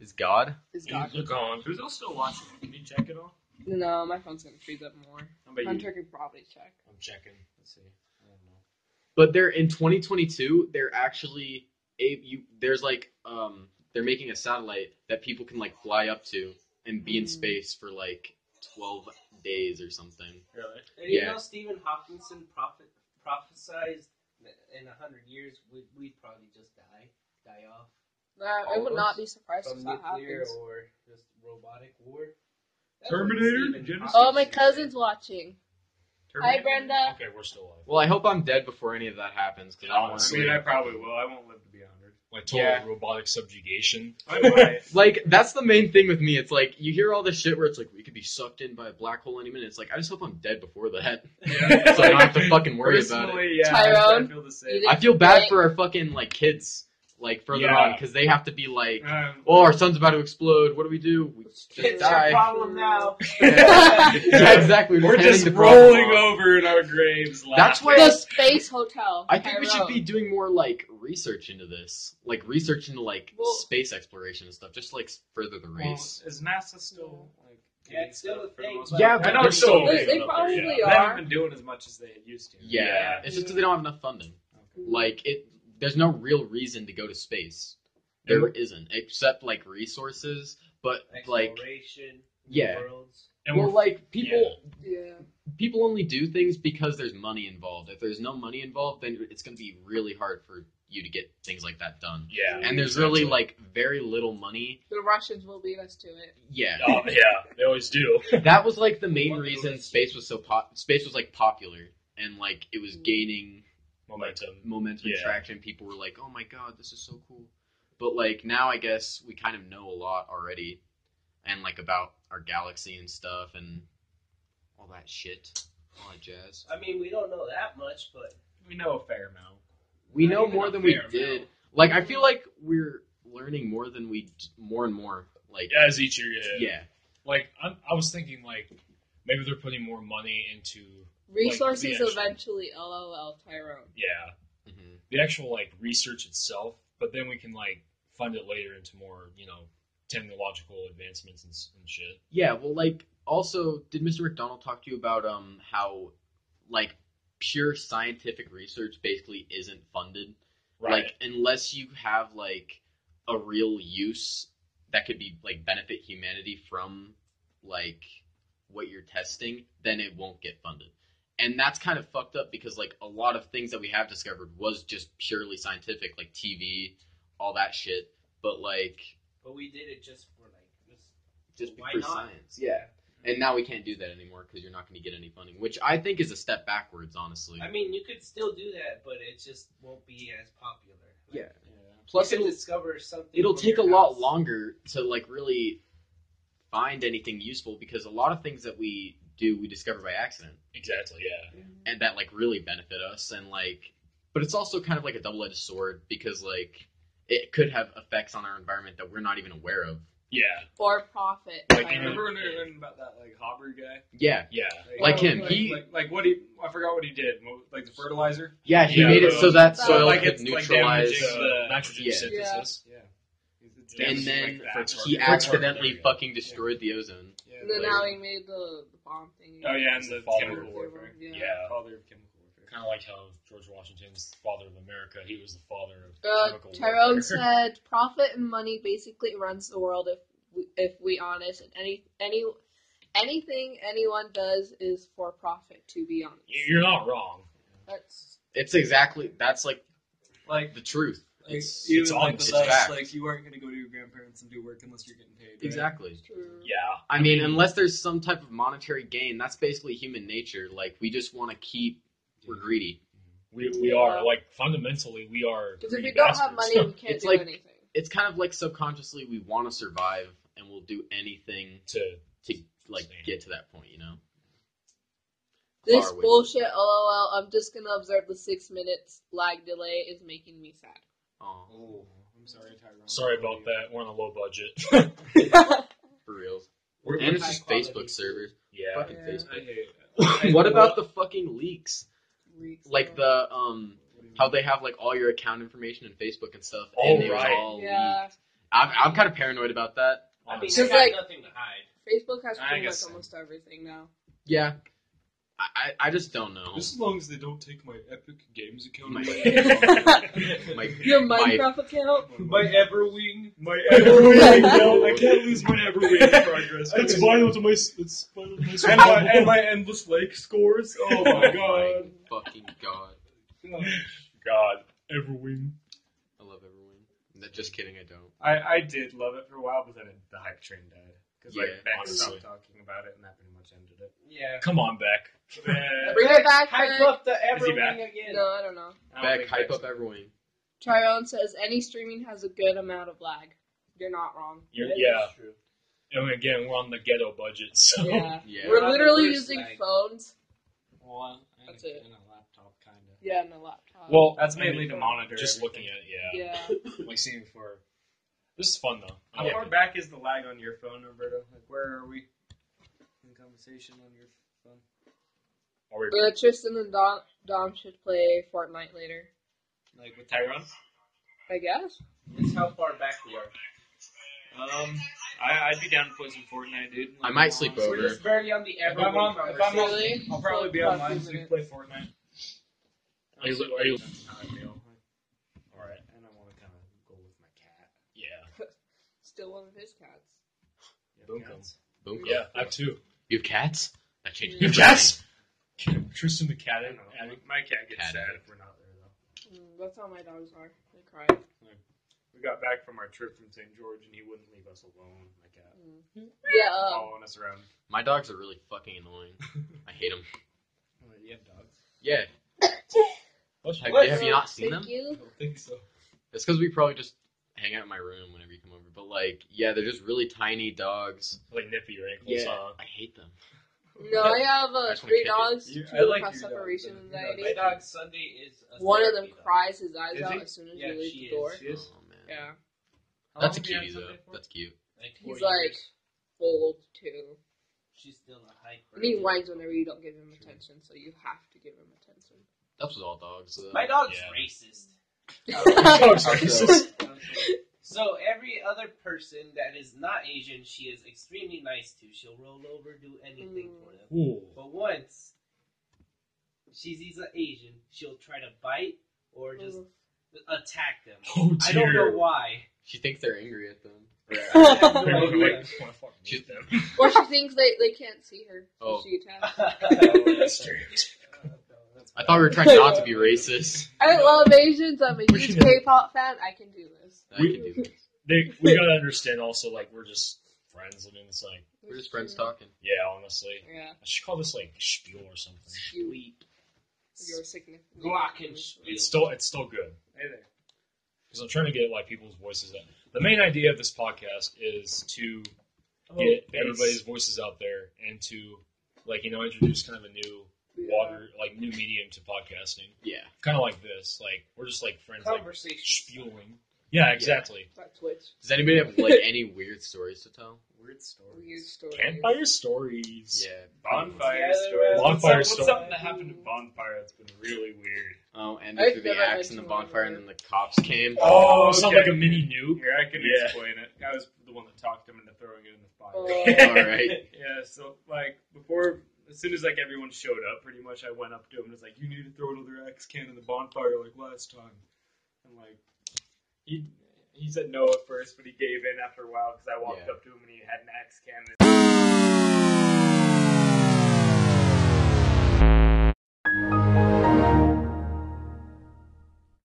S4: is God?
S2: Is God.
S1: You're gone.
S3: Who's else still watching? Can you check it all?
S2: No, my phone's gonna freeze up more.
S3: How about you?
S2: Hunter could probably check.
S3: I'm checking. Let's see. I don't know.
S4: But they're in 2022. They're actually a you. There's like um. They're making a satellite that people can like fly up to and be in
S2: Mhm.
S4: space for like 12 days or something.
S3: Really?
S5: And you
S4: Yeah.
S5: know, Stephen Hawkinson prophet, prophesized that in a hundred years we'd, we'd probably just die, die off
S2: Uh, I
S5: All
S2: would
S5: of
S2: not
S5: us?
S2: be surprised
S5: from
S2: if that
S5: nuclear
S2: happens.
S5: or just robotic war.
S3: Terminator?
S5: Stephen
S3: Genesis?
S2: Oh, my
S5: Hawkinson
S2: cousin's watching. Hi,
S3: Terminator?
S2: Brenda.
S1: Okay, we're still alive.
S4: Well, I hope I'm dead before any of that happens because I don't want
S1: I
S4: to
S3: I
S4: sleep.
S3: mean, I probably will. I won't live to be 100.
S1: Like total
S4: total Yeah.
S1: robotic subjugation.
S3: I might.
S4: Like that's the main thing with me. It's like you hear all this shit where it's like we could be sucked in by a black hole any minute. It's like I just hope I'm dead before that,
S3: Yeah.
S4: so I don't have to fucking worry about it.
S3: Personally, yeah,
S2: Tyrone,
S3: I feel the
S2: you
S3: same.
S2: did-
S4: I feel bad for our fucking like kids, like further
S1: Yeah.
S4: on, because they have to be like,
S3: Um,
S4: "Oh, our sun's about to explode. What do we do? We just
S5: It's
S4: die."
S5: our problem now.
S4: yeah, exactly.
S1: We're
S4: handing
S1: just
S4: the problem
S1: rolling
S4: off.
S3: over in our graves.
S4: That's why
S2: The space hotel.
S4: I think we should
S2: Tyrone.
S4: be doing more like research into this, like research into like
S2: Well-
S4: space exploration and stuff, just like further the
S3: Well,
S4: race.
S3: is NASA still like?
S5: Yeah, it's still a
S3: doing stuff for
S5: thing,
S3: the most
S5: but-
S4: Yeah,
S3: part?
S4: but
S3: I know
S4: they're
S3: it's still.
S4: still-
S3: a thing
S2: They- they
S3: up there,
S2: probably
S3: yeah. They
S2: are.
S3: haven't been doing as much as they used to.
S4: yeah.
S1: Yeah.
S4: it's just that they don't have enough funding.
S3: Okay.
S4: Like it, there's no real reason to go to space. There isn't, except like resources, but like
S5: Exploration, new
S4: yeah.
S5: worlds.
S1: And
S4: well,
S1: we're
S4: like people
S2: Yeah.
S4: people only do things because there's money involved. If there's no money involved, then it's going to be really hard for you to get things like that done.
S1: yeah,
S4: And there's really like very little money.
S2: The Russians will lead us to it.
S4: Yeah,
S1: Oh, yeah, they always do.
S4: that was like the main
S5: One
S4: reason
S5: little-
S4: space was so pop. Space was like popular and like it was gaining
S1: Momentum.
S4: momentum and
S1: Yeah.
S4: traction. People were like, "Oh my god, this is so cool!" But like now, I guess we kind of know a lot already, and like about our galaxy and stuff and all that shit, all that jazz.
S5: I mean, we don't know that much, but
S3: We know a fair amount.
S4: We
S3: Not
S4: know
S3: even
S4: more
S3: a
S4: than we
S3: fair
S4: did.
S3: amount.
S4: Like I feel like we're learning more than we d- more and more. Like
S1: As each year, yeah.
S4: yeah.
S1: Like I'm, I was thinking, like maybe they're putting more money into
S2: Resources
S1: the actual-
S2: eventually, lol, Tyrone.
S1: yeah
S4: Mhm.
S1: the actual like research itself, but then we can like fund it later into more you know technological advancements and, s- and shit.
S4: Yeah, well, like also, did Mr. McDonald talk to you about um how like pure scientific research basically isn't funded? Like unless you have like a real use that could be like benefit humanity from like what you're testing, then it won't get funded. And that's kind of fucked up because like a lot of things that we have discovered was just purely scientific, like TV, all that shit. But like
S5: but we did it just for like just
S4: just
S5: Why
S4: for
S5: not?
S4: science, yeah. And now we can't do that anymore because you're not going to get any funding, which I think is a step backwards, honestly.
S5: I mean, you could still do that, but it just won't be as popular. Like,
S4: Yeah.
S3: Yeah.
S4: Plus,
S5: you can
S4: it'll
S5: discover something.
S4: it'll
S5: from
S4: take a
S5: your
S4: lot
S5: house.
S4: longer to like really find anything useful because a lot of things that we do we discover by accident
S1: exactly, yeah.
S4: and that like really benefit us and like, but it's also kind of like a double edged sword because like it could have effects on our environment that we're not even aware of.
S1: Yeah,
S2: For profit.
S1: Like,
S3: I
S2: Tyrone.
S3: remember when we were learning about that like Hobber guy,
S4: Yeah,
S1: yeah.
S4: like
S2: Oh,
S4: him,
S2: right.
S3: like,
S4: he
S3: like, like what he I forgot what he did, What- like the fertilizer.
S4: yeah he
S1: Yeah,
S4: made it so
S1: those-
S4: that
S2: So,
S4: soil
S3: like,
S4: could
S3: it's, like,
S4: neutralize.
S3: damaging the-
S1: nitrogen
S4: Yeah.
S1: synthesis.
S3: Yeah, It's
S1: Yeah,
S3: damaging,
S4: and then
S3: like, the
S4: he
S3: atmosphere. That's
S4: accidentally
S1: hard.
S4: fucking destroyed the ozone.
S3: Yeah,
S2: And then
S4: like-
S2: now he made the, the bomb thing.
S3: oh yeah, and
S1: The
S3: the
S1: father.
S3: chemical warfare.
S2: Yeah.
S1: Yeah,
S3: Father of chemical warfare.
S1: kind of like how George Washington's father of America. He was the father of
S2: Uh,
S1: chemical
S2: Tyrone
S1: warfare.
S2: said, "Profit and money basically runs the world if we, if we honest and any any anything anyone does is for profit. To be honest,
S1: You- You're not wrong.
S2: that's
S4: It's exactly that's like
S3: Like,
S4: the truth.
S3: like
S4: It's-
S3: even
S1: it's
S3: like
S1: obvious.
S3: the
S4: It's
S3: last,
S4: fact.
S3: like you weren't gonna go to your grandparents and do work unless you're getting paid. right?
S4: Exactly.
S2: true.
S1: Yeah,
S4: I mean, unless there's some type of monetary gain, that's basically human nature. Like we just want to keep we're greedy.
S1: we we are like fundamentally we are
S2: Because if
S1: greedy
S2: we don't have
S1: bastards.
S2: money, we can't
S4: It's
S2: do
S4: like-
S2: anything.
S4: It's kind of like subconsciously we want to survive and we'll do anything
S1: to
S4: to like get to that point, you know.
S2: This
S4: away.
S2: bullshit. LOL. I'm just gonna observe the six minutes lag delay is making me
S4: Oh,
S3: Oh, I'm sorry, Tyrone.
S1: sorry about that. We're on a low budget.
S2: sad.
S4: for real.
S1: We're,
S4: And it's
S5: high
S4: just
S5: quality.
S4: Facebook servers.
S1: yeah,
S4: Fucking
S2: Yeah.
S3: I
S4: Facebook.
S3: hate it.
S4: What about the fucking leaks?
S2: Reeks.
S4: Like the um how they have like all your account information and Facebook and stuff,
S1: Oh,
S4: and it was
S1: right.
S4: all leaked.
S2: yeah.
S4: I'm, I'm kind of paranoid about that
S5: I mean,
S2: So
S5: they
S2: it's
S5: got
S2: like-
S5: nothing to hide.
S2: Facebook has
S3: I
S2: pretty much
S3: guess so.
S2: almost everything now.
S4: Yeah. I, I I just don't know.
S3: Just as long as they don't take my Epic Games account.
S4: My-
S3: my,
S4: Like,
S2: Your
S4: My-
S2: Minecraft account?
S3: my Everwing. My
S1: Everwing,
S2: yo.
S3: I can't lose my Everwing progress.
S1: It's vital to my. s- It's vital to
S3: And
S1: my.
S3: my,
S1: survival.
S3: and my Endless Lake scores. Oh my
S4: my
S3: god.
S4: fucking god!
S1: God, Everwing.
S4: I love everyone. No, just kidding, I don't.
S3: I, I did love it for a while, but then it, the hype train died. Because
S4: Yeah,
S3: like, Beck
S1: honestly.
S3: stopped talking about it, and that pretty much ended it.
S5: Yeah.
S1: Come on, back.
S2: Bring it back,
S5: Hype
S2: Beck.
S5: up the
S1: he back?
S5: everything again.
S2: No, I don't know.
S3: I don't
S4: Back,
S3: think
S4: hype
S3: Beck's-
S4: up everyone.
S2: Tyrone says any streaming has a good amount of lag. You're not wrong.
S1: You're,
S5: That is
S1: yeah.
S5: true.
S1: And again, we're on the ghetto budget, so.
S2: Yeah.
S4: Yeah.
S2: We're
S5: Not the
S2: literally
S5: worst
S2: using
S5: lag.
S2: phones.
S3: Well, I had
S2: That's
S3: a,
S2: it.
S3: and a laptop, kind of.
S2: Yeah, and a laptop.
S1: Well,
S3: That's
S1: I mean,
S3: mainly to monitor.
S1: Just looking
S3: everything.
S1: at it,
S2: yeah.
S1: yeah. Like seeing before. This is fun though. I
S3: How
S1: like
S3: far
S1: it.
S3: back is the lag on your phone, Roberto? Like, where are we in conversation on your phone?
S1: Are we-
S2: Uh, Tristan and Dom, Dom should play Fortnite later.
S3: Like with Tyrone?
S2: I guess.
S5: That's how far back we are.
S3: Um, I, I'd be down to play some Fortnite, dude.
S4: I might sleep
S5: We're
S4: over.
S5: just barely on the
S3: If I'm
S5: everything
S3: on- if I'm
S5: conversation.
S3: on-
S2: Really?
S3: I'll probably be
S2: About
S3: online
S2: two
S3: so we can play Fortnite.
S1: Are you- are you-
S3: That's how I feel. All right, and I want to kind of go with my cat.
S1: Yeah.
S2: Still one of his cats.
S3: You have
S1: Boom,
S3: cats?
S4: Boom.
S1: Yeah, I have two.
S4: You have cats? That changes.
S2: You have
S4: everything.
S1: cats? Tristan the
S3: I
S1: cat.
S3: don't know. My cat gets
S4: Cat
S3: sad if
S4: addict.
S3: we're not there though.
S2: Mm, that's how my dogs are. They cry.
S3: We got back from our trip from St. George, and he wouldn't leave us alone. My cat
S2: Mm. Yeah. Um,
S3: following us around.
S4: My dogs are really fucking annoying. I hate them.
S3: I'm like, you have dogs?
S4: Yeah. Have,
S5: What?
S4: have you not seen them?
S2: Thank you.
S3: don't think so.
S4: It's because we probably just hang out in my room whenever you come over. But like, yeah, they're just really tiny dogs.
S1: Like nippy your ankles.
S4: Yeah.
S1: Huh?
S4: I hate them.
S2: No, I have
S4: I
S2: uh,
S4: just wanna
S2: three
S4: kick it.
S2: dogs.
S3: You-
S2: two
S3: I like
S2: have
S3: your dog,
S2: separation
S3: but your
S2: anxiety.
S5: My dog Sunday is. A
S2: One of them
S5: therapy dog.
S2: cries his eyes
S3: Is
S2: out
S3: he?
S2: as soon as
S5: Yeah,
S2: you leave
S5: she
S2: the
S5: is.
S2: door.
S5: She is.
S4: Oh man.
S2: Yeah, Oh,
S3: How
S4: That's
S3: long have you
S4: a
S3: had
S4: cutie though.
S3: Sunday for?
S4: That's cute.
S5: Like four
S2: he's like
S5: years.
S2: old too,
S5: She's still a hype.
S2: and he whines whenever you don't give him
S3: True.
S2: attention. So you have to give him attention.
S4: That's with all dogs. Though.
S5: My dog's
S1: Yeah.
S5: racist.
S1: Dogs are
S4: Okay.
S1: racist.
S5: So every other person that is not Asian, she is extremely nice to. She'll roll over, do anything for them.
S1: Ooh.
S5: But once she sees an Asian, she'll try to bite or just
S2: Ooh.
S5: attack them.
S1: Oh
S5: I don't know
S1: dear.
S5: why.
S4: She thinks they're angry at them.
S5: I have no
S1: They're
S5: idea.
S1: like, "Wanna fuck me?"
S4: She's-
S2: or she thinks they, they can't see her, so
S4: Oh.
S2: she attacks.
S1: Oh, that's stereotypical.
S4: I thought we were trying not to be racist.
S2: I love Asians. I'm a
S1: Where's she
S2: huge
S1: going?
S2: K-pop fan. I can do this.
S4: I can do this.
S1: They, we gotta understand also, like, we're just friends. I mean, it's like,
S4: We're just friends talking.
S1: yeah, honestly.
S2: Yeah,
S1: I should call this, like, spiel or something.
S2: you,
S5: Sweet.
S2: you're significant.
S5: Glockenspiel.
S1: It's still, it's still good.
S3: Hey there.
S1: Because I'm trying to get, like, people's voices out. The main idea of this podcast is to get
S5: Oh,
S1: everybody's voices out there and to, like, you know, introduce kind of a new water, like, new medium to podcasting.
S4: Yeah.
S1: Kind of like this. Like, we're just, like, friends, like,
S5: conversation.
S1: spieling. Yeah, exactly.
S2: That Twitch
S4: Does anybody have like any weird stories to tell?
S3: Weird stories.
S2: weird story.
S1: Campfire stories.
S4: Yeah.
S3: Bonfire
S5: Yeah,
S3: stories.
S1: bonfire
S3: what's, up-
S1: stories.
S3: what's something that happened at bonfire that's been really weird?
S4: Oh, and
S2: I've
S4: they threw the
S2: never
S4: axe in the
S2: been to one
S4: bonfire, and
S2: either.
S4: then the cops came.
S1: Oh,
S3: Oh,
S1: sound
S3: okay.
S1: like a mini nuke.
S3: Here, I can
S1: Yeah.
S3: explain it. I was the one that talked him into throwing it in the fire.
S2: Oh.
S4: All right.
S3: Yeah, so like before, as soon as like everyone showed up, pretty much I went up to him and was like, "You need to throw another X can in the bonfire like last time." And like he he said no at first, but he gave in after a while because I walked
S4: Yeah.
S3: up to him and he had an X can in